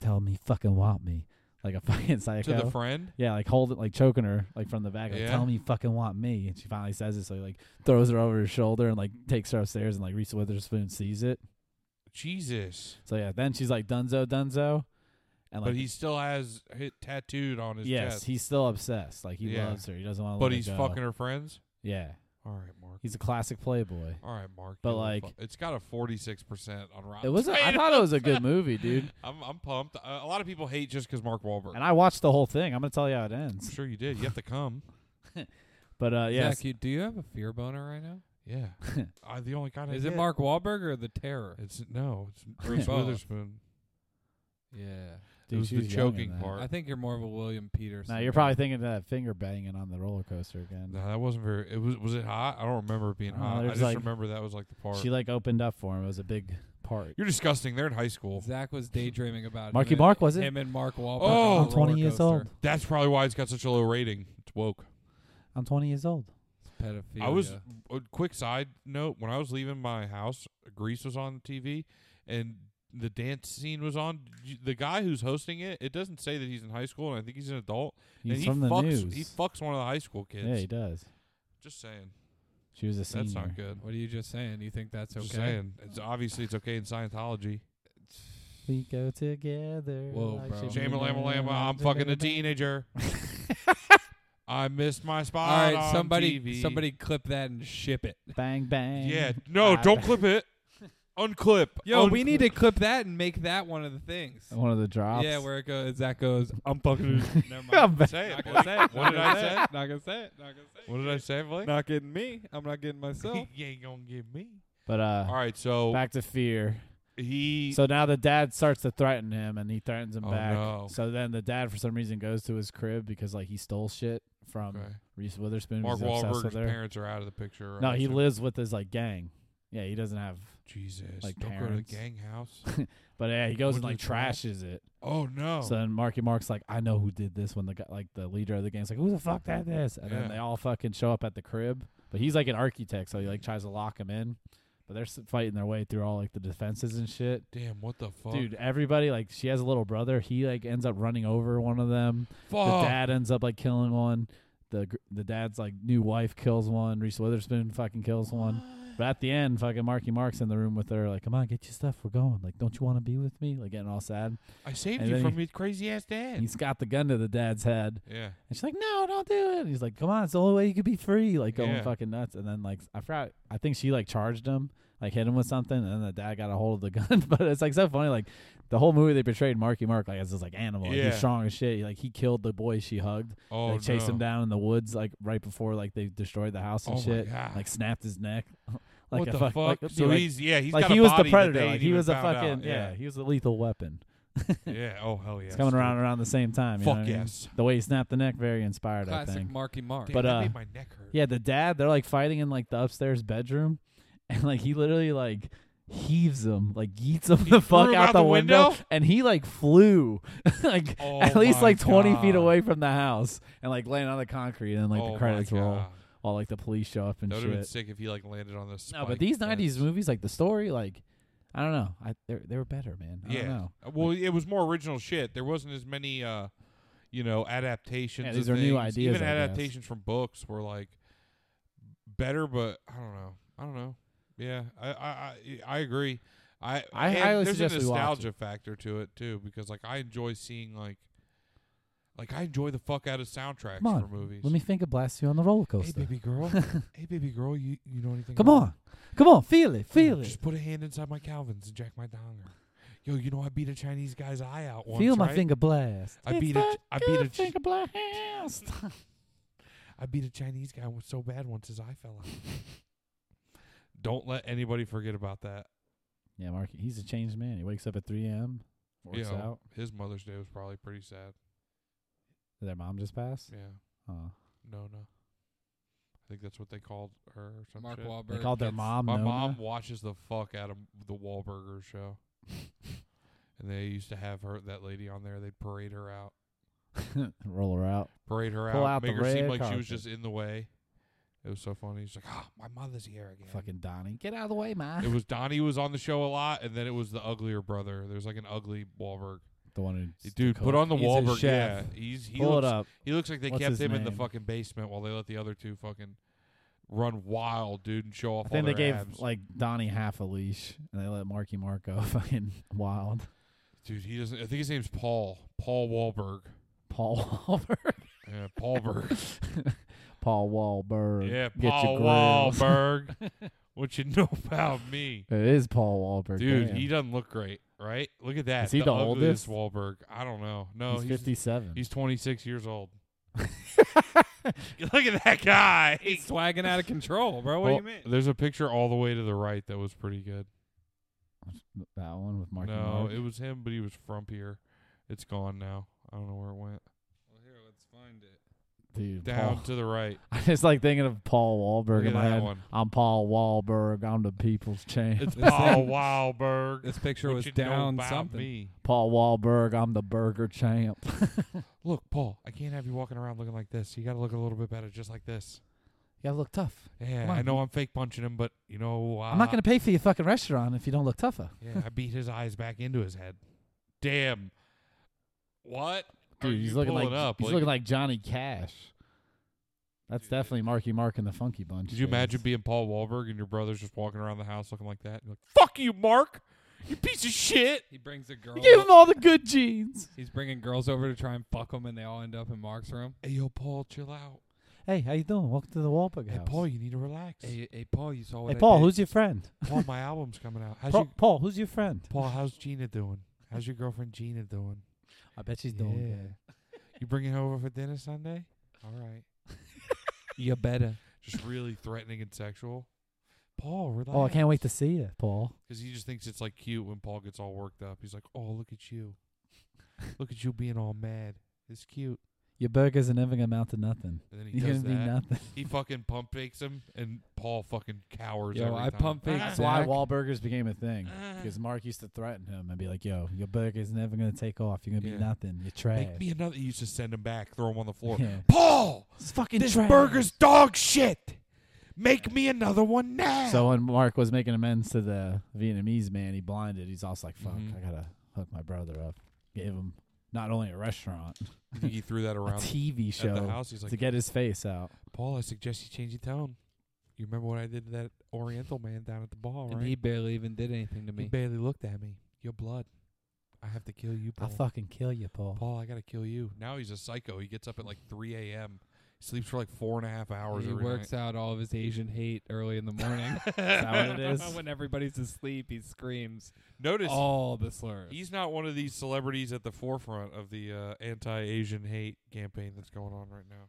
"Tell me, fucking want me," like a fucking To psycho. the friend. yeah, like holding, like choking her, like from the back, like Yeah. tell me, fucking want me, and she finally says it. So he like throws her over his shoulder and like takes her upstairs, and like Reese Witherspoon sees it. Jesus. So yeah, then she's like, "Dunzo, Dunzo," and like but he still has it tattooed on his yes, chest. he's still obsessed. Like he Yeah. loves her. He doesn't want to. but he's fucking her friends. Yeah. All right, Mark. He's a classic playboy. All right, Mark. But you little like- fu- it's got a forty-six percent on Rotten. It was. A, I Tomatoes. thought it was a good movie, dude. I'm, I'm pumped. Uh, a lot of people hate just because Mark Wahlberg. And I watched the whole thing. I'm gonna tell you how it I'm ends. sure you did. You have to come. But uh, yeah, Zach, you, do you have a fear boner right now? Yeah. I, the only kind I Is it get- Mark Wahlberg or the Terror? It's no. It's Bruce Both. Witherspoon. Yeah, it was the choking part. I think you're more of a William Peterson. Now you're probably thinking of that finger banging on the roller coaster again. No, that wasn't very. It was. Was it hot? I don't remember it being No, hot. I Uh, there's just like- remember that was like the part. She like opened up for him. It was a big part. You're disgusting. They're in high school. Zach was daydreaming about Marky him and- Mark, was it? Him and Mark Wahlberg. Oh! on I'm the 20 roller years old. coaster. That's probably why it's got such a low rating. It's woke. I'm 20 years old. Pedophilia. I was. A quick side note: When I was leaving my house, Grease was on the TV, and the dance scene was on. Did you- The guy who's hosting it, it doesn't say that he's in high school, and I think he's an adult. He's and he from the fucks. news. He fucks one of the high school kids. yeah, he does. just saying. She was a senior. That's not good. What are you just saying? You think that's Just okay? saying. It's obviously it's okay in Scientology. We go together. Whoa, bro. Shimmy Shame Lama Lama Lama, I'm Lama fucking a Lama. teenager. I missed my spot. All right, on somebody, TV. somebody, clip that and ship it. Bang bang. Yeah, no, I- don't clip it. Unclip. Yo, Oh, we Unclip. need to clip that and make that one of the things. One of the drops. Yeah, where it goes, Zach goes, I'm fucking. Never I'm mind. back. say Not it. gonna say it. What did I say? Not gonna say it. Not gonna say it. What did I say, Blake? Not getting me. I'm not getting myself. you ain't gonna get me. But uh, All right, so back to fear. he. So now the dad starts to threaten him, and he threatens him Oh, back. no. So then the dad, for some reason, goes to his crib because like he stole shit from Okay. Reese Witherspoon. Mark He's um, obsessed Wahlberg's with her. parents are out of the picture. right? No, he So- lives with his like gang. Yeah, he doesn't have. Jesus, like, don't go to the parents. gang house. But yeah, he goes Went and to like the trap? trashes it. Oh no. So then Marky Mark's like, I know who did this. When the guy, like the leader of the gang's like, who the fuck did this? And Yeah. then they all fucking show up at the crib. But he's like an architect, so he like tries to lock him in. but they're s- fighting their way through all like the defenses and shit. Damn, what the fuck, Dude, everybody like she has a little brother. He like ends up running over one of them. Fuck. The dad ends up like killing one. The gr- the dad's like new wife kills one. Reese Witherspoon fucking kills one. But at the end, fucking Marky Mark's in the room with her. Like, come on, get your stuff. We're going. Like, don't you want to be with me? Like, getting all sad. I saved and you then from he- your crazy ass dad. He's got the gun to the dad's head. yeah. And she's like, "No, don't do it." And he's like, "Come on, it's the only way you could be free." Like going Yeah. fucking nuts. And then like I forgot, I think she like charged him, like hit him with something, and then the dad got a hold of the gun. but it's like so funny, like the whole movie they portrayed Marky Mark like as this like animal, like, Yeah. he's strong as shit. Like he killed the boy she hugged, Oh, like chased him no. down in the woods, like right before like they destroyed the house and Oh my shit, God. like snapped his neck. like What a the fuck- fuck? like, it'd be so like- he's yeah, he's like got a he was the body that predator. they Like ain't he even was a found out. fucking yeah. he was the lethal weapon. yeah. Yeah. Oh hell yeah. It's coming dude. around around the same time. you know Fuck what I mean? yes. The way he snapped the neck, very inspired. I Classic think. Marky Mark. Damn, But, that uh, made my neck hurt. Yeah, the dad, they're like fighting in like the upstairs bedroom, and like he literally like heaves him, like yeets him the fuck him out, out the the window, window? and he like flew like Oh at least my like twenty feet God. away from the house, and like laying on the concrete, and then like Oh the my credits roll God. while like the police show up and That would have been shit. sick if he like landed on this. No, but these '90s nineties movies, like the story, like I don't know, I they they were better, man. I yeah. don't know. Uh, Well, it was more original shit. There wasn't as many, uh, you know, adaptations. Yeah, of these are new things. ideas, Even I guess. adaptations from books were like better, but I don't know. I don't know. Yeah, I I I, I agree. I I and highly there's a suggest we watch nostalgia factor to it too because like I enjoy seeing like like I enjoy the fuck out of soundtracks Come on, for movies. Let me think of blast you on the roller hey coaster. baby girl, hey baby girl, you you know anything? Come about- on, come on, feel it, feel it. Just put a hand inside my Calvin's and jack my donger. Yo, you know I beat a Chinese guy's eye out once. Feel my right? finger blast. I It's beat a that ch- I beat a good ch- finger blast. I beat a Chinese guy w- so bad once his eye fell out. Don't let anybody forget about that. yeah, Mark, he's a changed man. He wakes up at 3 a.m. Works Yo, out. His Mother's Day was probably pretty sad. Did their mom just pass? Yeah. Oh. No, no. I think that's what they called her or some Mark shit. Wahlberg. They called their gets- mom. My Nona? mom watches the fuck out of the Wahlburger show. and they used to have her that lady on there. They'd parade her out. roll her out. Parade her Pull out, out the make her seem red like she carpet. was just in the way. It was so funny. She's like, "Ah, my mother's here again." Fucking Donnie, get out of the way, ma. It was Donnie was on the show a lot, and then it was the uglier brother. There's like an ugly Wahlberg. The one who Dude, the put cook. on the He's a Wahlberg. Yeah, chef. he's he Pull looks, it up. He looks like they What's kept his him in the name? fucking basement while they let the other two fucking run wild, dude, and show off. I think all they their gave abs. like Donnie half a leash, and they let Marky Mark go fucking wild. dude, he doesn't. I think his name's Paul. Paul Wahlberg. Paul Wahlberg. Yeah, Paulberg. Paul Wahlberg. yeah, Get Paul your grills. Wahlberg. what you know about me? It is Paul Wahlberg. Dude, damn. he doesn't look great, right? Look at that. Is he the ugliest oldest? Wahlberg. I don't know. No, he's, he's 57. he's 26 years old. look at that guy. He's swagging out of control, bro. What Well, do you mean? There's a picture all the way to the right that was pretty good. that one with Marky no, Mark. it was him, but he was frumpier. It's gone now. I don't know where it went. Well, here, let's find it. Dude, Down Paul. to the right. I just like thinking of Paul Look Wahlberg in at my that head. one. I'm Paul Wahlberg. I'm the people's champ. It's This Paul thing- Wahlberg. This picture What was you know down about something. me? Paul Wahlberg. I'm the burger champ. you Look, Paul, I can't have you walking around looking like this. You got to look a little bit better, just like this. gotta look tough. Yeah, Come on. I know I'm fake punching him, but you know, I'm not uh, gonna pay for your fucking restaurant if you don't look tougher. Yeah, I beat his eyes back into his head. Damn. What? Are Dude, he's you looking pulling like up? he's Like, looking like Johnny Cash. That's Dude, definitely Marky Mark and the Funky Bunch. Could you days. imagine being Paul Wahlberg and your brother's just walking around the house looking like that? You're like, fuck you, Mark. You piece of shit. He brings a girl. You gave him all the good genes. He's bringing girls over to try and fuck them, and they all end up in Mark's room. Hey, yo, Paul, chill out. Hey, how you doing? Welcome to the Wahlberg Hey, house. Paul, you need to relax. Hey, Hey, hey Paul, you saw what Hey, I Paul did? who's your friend? Paul, my album's coming out. How's Pa- your, Paul, who's your friend? Paul, how's Gina doing? How's your girlfriend Gina doing? I bet she's You bringing her over for dinner Sunday? All right. you better. Just really threatening and sexual. Paul, relax. Oh, I can't wait to see you, Paul. Because he just thinks it's like cute when Paul gets all worked up. He's like, "Oh, look at you, look at you being all mad. It's cute." Your burgers are never gonna amount to nothing. And then he You're does gonna be that. nothing. He fucking pump fakes him, and Paul fucking cowers. Yo, every I time. pump fake That's why Zach. Wahlburgers became a thing Ah. because Mark used to threaten him and be like, "Yo, your burger's never gonna take off. You're gonna Yeah. be nothing. You're trash." Make me another. He used to send him back, throw him on the floor. Yeah. Paul, It's fucking this trash. burger's dog shit. Make me another one now. So when Mark was making amends to the Vietnamese man, he blinded. He's also like, "Fuck, Mhm. I gotta hook my brother up." Gave him not only a restaurant, I think he threw that a around TV at the show house. He's like, to get his face out. Paul, I suggest you change your tone. You remember what I did to that Oriental man down at the ball, And right? he barely even did anything to He me. barely looked at me. Your blood. I have to kill you, Paul. I'll fucking kill you, Paul. Paul, I gotta kill you. Now he's a psycho. He gets up at like 3 a.m. Sleeps for like four and a half hours. he every works night. out all of his Asian hate early in the morning. that what it is? when everybody's asleep, he screams Notice all the slurs. he's not one of these celebrities at the forefront of the uh, anti-Asian hate campaign that's going on right now.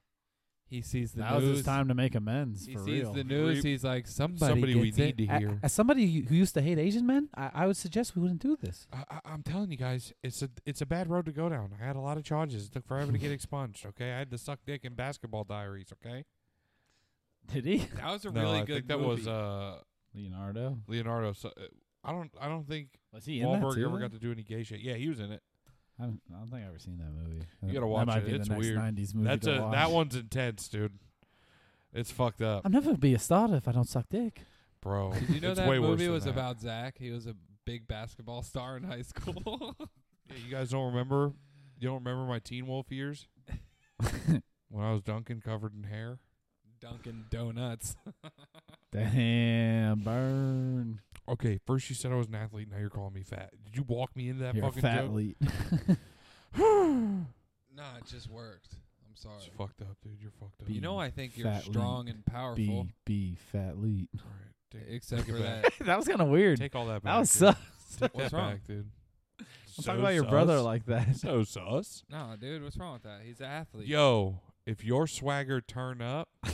he sees the That news. was his time to make amends He for sees real. the news. Re- he's like, somebody, Somebody we gets it. need to A- hear. As somebody who used to hate Asian men, I, I would suggest we wouldn't do this. I, I, I'm telling you guys, it's a it's a bad road to go down. I had a lot of charges. It took forever to get expunged. Okay, I had to suck dick in basketball diaries. Okay, Did he? That was a No, really I good. think that was movie. uh, Leonardo Leonardo. So, uh, I don't I don't think was he in that Wahlberg too? ever though? got to do any gay shit. Yeah, he was in it. I don't, I don't think I've ever seen that movie. You gotta That watch might it. Be It's the next weird. 90s movie That's to a watch. that one's intense, dude. It's fucked up, I'm never gonna be a starter if I don't suck dick. bro. Did you know it's that way worse movie than was that. about Zach? He was a big basketball star in high school. Yeah, you guys don't remember? You don't remember my Teen Wolf years when I was dunking covered in hair? Dunkin' Donuts. Damn, burn. Okay, first you said I was an athlete. Now you're calling me fat. Did you walk me into that You're a fucking fat joke? leet. Nah, it just worked. I'm sorry. It's fucked up, dude. You're fucked up. You know, I think you're Fat strong and powerful, B B fat leet. All right, take, except take it for back. that. that was kind of weird. Take all that back. that was dude. sus. Take What's that wrong? back, dude. Don't So talk about your sus. brother like that. so sus. No, dude, what's wrong with that? He's an athlete. Yo, if your swagger turn up,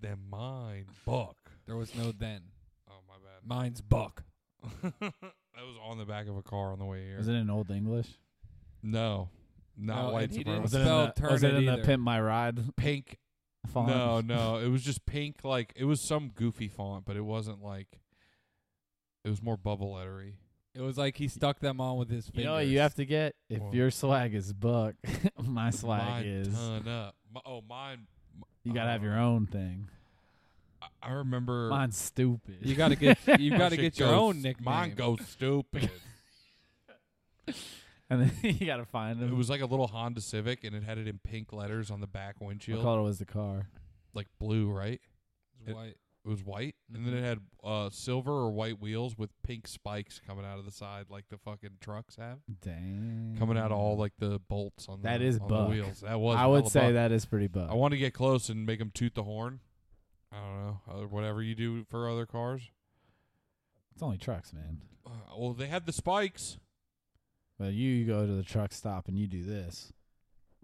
then mine buck. There was no then. Oh my bad. Mine's Buck. that was on the back of a car on the way here. Was it in Old English? No, not No, white and he supremacy. didn't Was it in Spell the, turn was it it in the either. pimp my ride Pink. font? No, no, it was just pink. Like it was some goofy font, but it wasn't like. It was more bubble lettery. It was like he stuck them on with his fingers. You know what you have to get if What? your swag is buck, my swag mine is. Ton up. Mi- oh, mine. You gotta have Uh, your own thing. I- I remember. Mine's stupid. You gotta get. You That gotta shit get your goes- own nickname. Mine goes stupid. and then you gotta find it them. was like a little Honda Civic, and it had it in pink letters on the back What windshield, color was the car? like blue, right? It's white. It was white, and then it had uh, silver or white wheels with pink spikes coming out of the side, like the fucking trucks have, Damn. coming out of all like the bolts on Mm. That the, is on buck. the wheels. That was. I would hella say buck. that is pretty buck. I want to get close and make them toot the horn. I don't know, or whatever you do for other cars. it's only trucks, man. Uh, well, they had the spikes. But you go to the truck stop and you do this.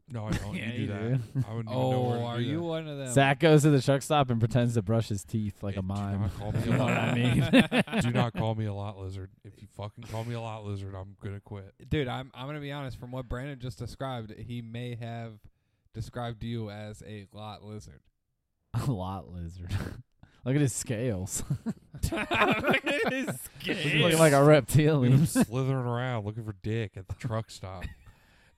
No, I don't. Yeah, you do you that. I wouldn't even know where Oh, to are do you that. one of them? Zach goes to the truck stop and pretends to brush his teeth like Hey, a do mime. not call me you know what I a mean? Do not call me a lot lizard. If you fucking call me a lot lizard, I'm gonna quit. Dude, I'm. I'm gonna be honest. From what Brandon just described, he may have described you as a lot lizard. a lot lizard. Look at his scales. Look at his He's looking like a Look at him reptilian. slithering around looking for dick at the truck stop.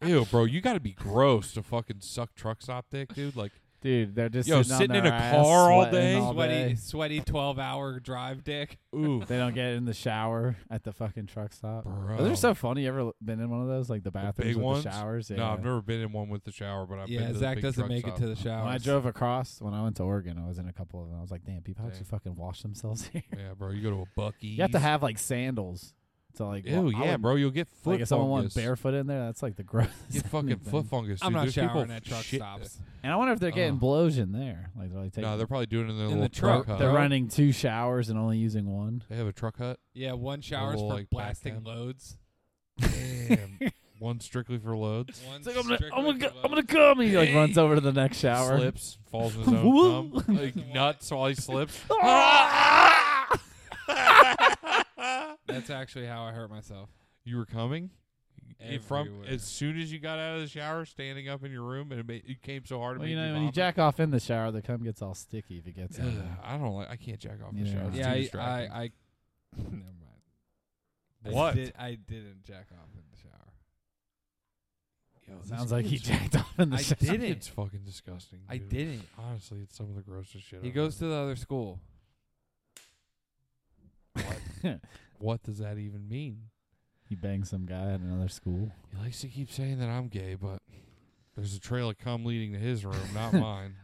Ew, bro, you got to be gross to fucking suck truck stop dick, dude. Like, Dude, they're just Yo, sitting, on sitting in their a ass, car all sweating day? all sweaty, sweaty twelve-hour drive, dick. ooh, They don't get in the shower at the fucking truck stop. bro. Those are so funny. You ever been in one of those, like the bathrooms big with ones? the showers? No, I've never been in one with the shower, but I've been yeah, to the Zach big doesn't truck make it stop. to the shower. When I drove across, when I went to Oregon, I was in a couple of them. I was like, damn, people actually Dang. fucking wash themselves here. Yeah, bro, you go to a Bucky. You have to have like sandals to like. Ew, wa- I yeah, would- bro, you'll get foot Like if someone went fungus. barefoot in there, that's like the gross. Get fucking foot fungus. I'm dude. not There's people showering at truck shit- stops. And I wonder if they're getting Ugh. blotion there. Like they're like taking. No, Oh. they're probably doing it in their the little truck, hut. they're bro. running two showers and only using one. They have a truck hut. Yeah, one shower's little, for like, blasting backhand. loads. Damn. One strictly for loads. It's One's like I'm gonna, strictly I'm gonna, for go- Uh, loads. I'm gonna come. He like runs over to the next shower. Slips, falls in his own Woo. cum, like nuts while he slips. That's actually how I hurt myself. you were coming You- from Everywhere. as soon as you got out of the shower, standing up in your room, and it, made, it came so hard. It Well, made you know, when you vomit. jack off in the shower, the cum gets all sticky if it gets in there. Ugh, I don't like. I can't jack off in the Yeah. shower. It's Yeah, too I, I, distracting. I never mind. I What? did- I didn't jack off in the shower. Yo, this Sounds like he kid's- jacked off in the I shower. this didn't. kid's fucking disgusting. I dude. didn't. Honestly, it's some of the grossest shit. He I've goes ever- to the other school. What does that even mean? He banged some guy at another school. He likes to keep saying that I'm gay, but there's a trail of cum leading to his room, not mine.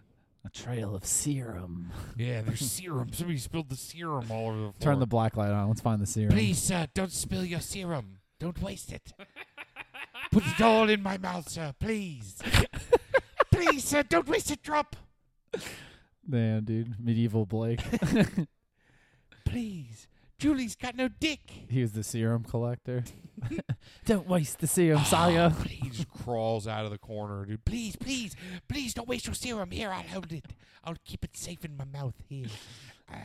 A trail of serum. Yeah, there's serum. Somebody spilled the serum all over the floor. Turn the black light on. Let's find the serum. sir, don't spill your serum. Don't waste it. Put it all in my mouth, sir, please. please, sir, don't waste a drop. Damn, dude. Medieval Blake. Please. Julie's got no dick. he was the serum collector. Don't waste the serum, Saya. He just Ah, crawls out of the corner, dude. Please, please, please don't waste your serum. Here, I'll hold it. I'll keep it safe in my mouth. Here. Uh,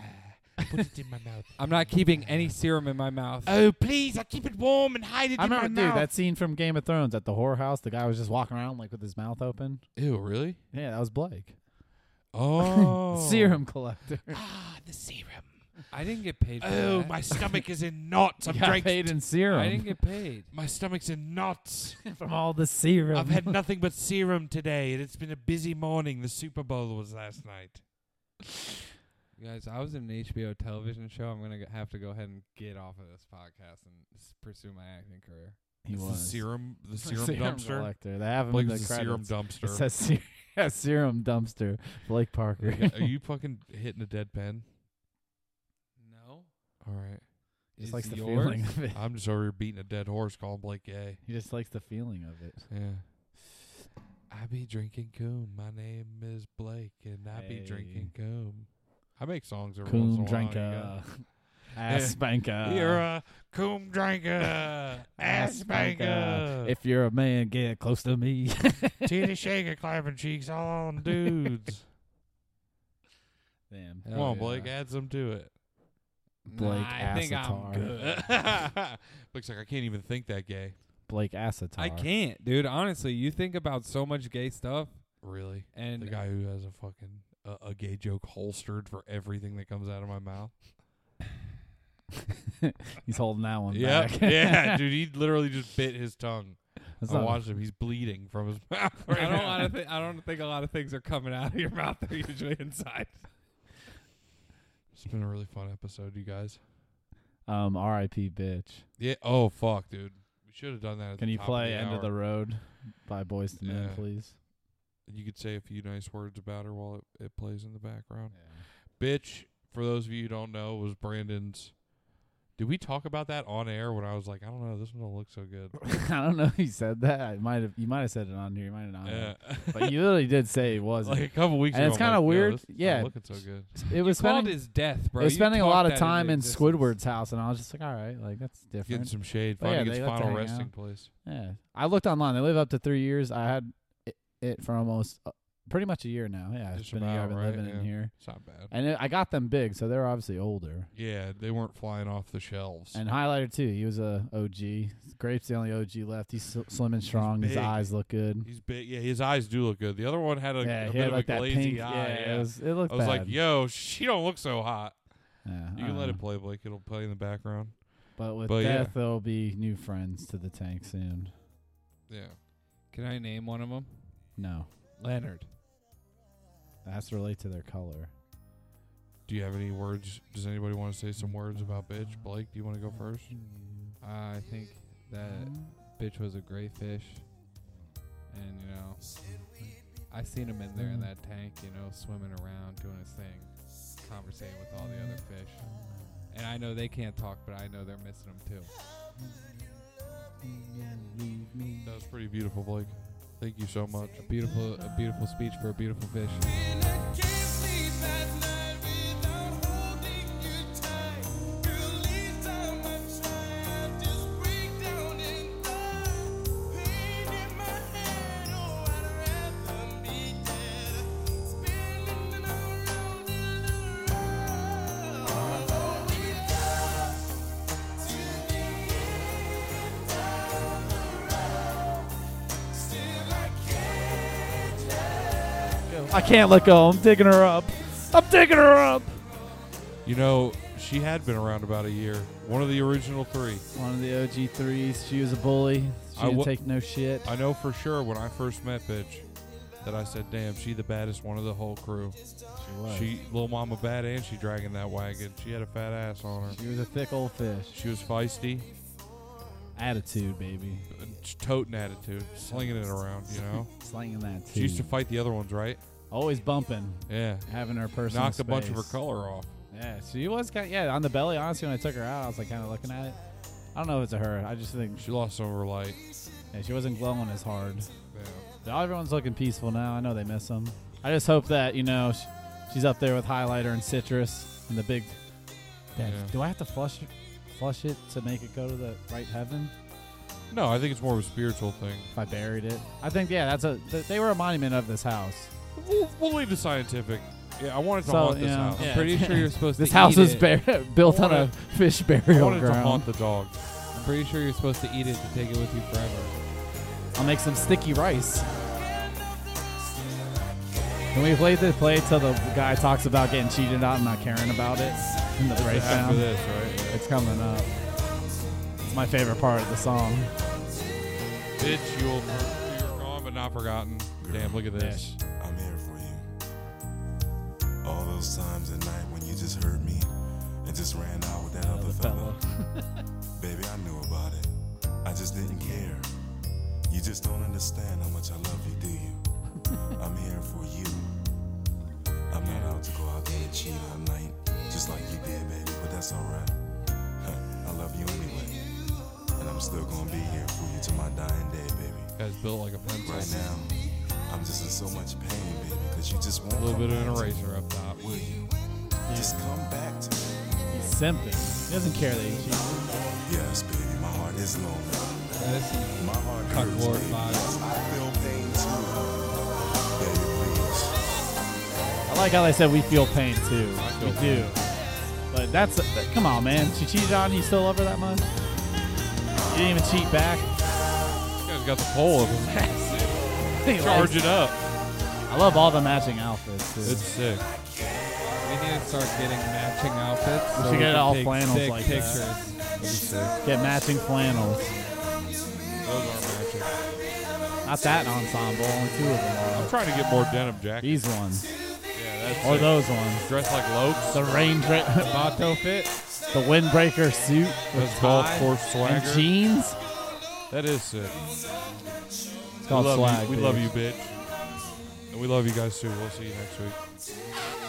put it in my mouth. I'm not keeping any serum in my mouth. Oh, please, I'll keep it warm and hide it I in my remember, dude, mouth. that scene from Game of Thrones at the whorehouse. The guy was just walking around like with his mouth open. Ew, really? Yeah, that was Blake. Oh. Serum collector. Ah, the serum. I didn't get paid. For Oh, that. my stomach is in knots. I'm Got drank. paid in serum I didn't get paid. My stomach's in knots. from all the serum. I've had nothing but serum today, and it's been a busy morning. The Super Bowl was last night. You guys, I was in an HBO television show. I'm gonna g- have to go ahead and get off of this podcast and s- pursue my acting career. he It's was the serum, the serum, dumpster. collector. They have him Blake's in the the credits. serum It dumpster. says ser- yeah, serum dumpster. Blake Parker. Are you fucking hitting a dead pen? No, All right, just Is likes the yours? feeling of it. I'm just over here beating a dead horse, calling Blake gay. He just likes the feeling of it. Yeah. I be drinking coom. My name is Blake, and I be drinking coom. I make songs every once in a Coom while. you know. drinker. Uh, Ass spanker. You're a coom drinker, ass spanker. uh, If you're a man, get close to me. Titty shaking, clapping cheeks, all on dudes. Damn. Come on, Blake, add some to it. Blake nah, I think I'm Assetar. good. Looks like I can't even think that gay. Blake Assetar. I can't, dude. Honestly, you think about so much gay stuff, Really? and The guy uh, who has a fucking a, a gay joke holstered for everything that comes out of my mouth. He's holding that one Yep. back. yeah, dude, he literally just bit his tongue. That's I not- watched him. He's bleeding from his mouth. I Right don't. now. wanna thi- I don't think a lot of things are coming out of your mouth. They're usually inside. It's been a really fun episode, you guys. um, R.I.P. Bitch. Yeah. Oh fuck, dude. We should have done that. At Can the you top of play the End hour. of the Road by Boys to Men, Yeah. please? You could say a few nice words about her while it, it plays in the background. Bitch, for those of you who don't know, was Brandon's. Did we talk about that on air when I was like, I don't know, this one don't look so good. I don't know if you said that. I might have. You might have said it on here. You might have not. Yeah. But you literally did say it wasn't. Uh, like a couple weeks And ago. it's I'm kinda like, yo, weird. this is not Yeah. looking so good. it was Called spending. his death, bro. it was You spending a lot talked of that into time in existence. Squidward's house, and I was just like, all right, like that's Getting different. some shade, But yeah, finding they its got to final hang resting out. place. Yeah, I looked online. They live up to three years. I had it, it for almost uh, pretty much a year now. Yeah, it's Just been a year about, I've been right? living Yeah. in here, It's not bad. and it, I got them big, so they're obviously older. Yeah, they weren't flying off the shelves. And highlighter too. He was a OG. Grape's the only OG left. He's sl- slim and strong. His big. eyes look good. He's big. Yeah, his eyes do look good. The other one had a, yeah, a he bit had of like a that glazy pink. eye. yeah, it was. It looked. I was like, bad. Uh. yo, she don't look so hot. Yeah, You I can let don't it play, Blake. It'll play in the background. But with But yeah. death, there'll be new friends to the tank soon. Yeah. Can I name one of them? No, Leonard. that has to relate to their color. Do you have any words? Does anybody want to say some words about bitch? Blake, do you want to go first? Uh, I think that Mm-hmm. bitch was a gray fish, and you know, I seen him in there Mm-hmm. in that tank, you know, swimming around, doing his thing, conversating with all the other fish. And I know they can't talk, but I know they're missing him too. That was pretty beautiful, Blake. Thank you so much. A beautiful, a beautiful speech for a beautiful fish. I can't let go. I'm digging her up. I'm digging her up. You know, she had been around about a year. One of the original three. One of the OG threes. She was a bully. She I didn't wa- take no shit. I know for sure when I first met bitch that I said, "Damn, she the baddest one of the whole crew." she was. She little mama bad and she dragging that wagon. She had a fat ass on her. She was a thick old fish. She was feisty, Attitude, baby. uh, toting attitude, slinging it around. You know, Slinging that she too. used to fight the other ones, right? Always bumping, Yeah, having her personal knocked a bunch of her space. color off. Yeah, she was kind. yeah, on the belly. Honestly, when I took her out, I was like kind of looking at it. I don't know if it's a her. I just think She lost some of her light. yeah, she wasn't glowing as hard. Yeah. But Everyone's looking peaceful now. I know they miss them. I just hope that you know sh she's up there with highlighter and citrus and the big. Dad, Yeah. Do I have to flush it, flush it to make it go to the right heaven? No, I think it's more of a spiritual thing. If I buried it, I think yeah, that's a th- they were a monument of this house. We'll, we'll leave the scientific. Yeah, I wanted to So, haunt this yeah. house. Yeah. I'm pretty sure you're supposed This to house eat is it. bur- built on a wanted- fish I burial wanted to ground. haunt the dog. I'm pretty sure you're supposed to eat it to take it with you forever. I'll make some sticky rice. Can we play the play till the guy talks about getting cheated on and not caring about it in the After breakdown? this, right? It's coming up. It's my favorite part of the song. Bitch, you'll you're gone but not forgotten. Damn, look at this. I'm here for you. All those times at night when you just heard me and just ran out with that other fella. Baby, I knew about it. I just didn't care. You just don't understand how much I love you, do you? I'm here for you. I'm not out to go out there and cheat all night, just like you did, baby, but that's alright. I love you anyway. And I'm still gonna be here for you to my dying day, baby. Guy's built like a Right pencil. now, I'm just in so much pain, baby, because you just won't A little come bit of an back to me, eraser up top. Will you? Just come back to me. He's simping. He doesn't care that he cheated. Yes, baby, my heart is lonely. My heart Cuck hurts, Lord baby. vibes. I feel pain too. Baby, please. I like how they said we feel pain too. feel we do. But that's come on, man. She cheated on you. Still love her that much? You didn't even cheat back. This guy's got the pole of him. Charge it up. I love all the matching outfits. Too. It's sick. We need to start getting matching outfits. We so should get can all take flannels sick like that. pictures. Get matching flannels. Those are matching. Not that ensemble. Only two of them I'm are. trying to get more denim jackets. These ones Yeah, that's or sick. those ones. Dressed like Lopes. The rain, dra- Bato fit. the windbreaker suit with That's golf tie course and swagger. jeans. That is sick. It's We called love swag. you. We bitch. love you, bitch. And we love you guys too. We'll see you next week.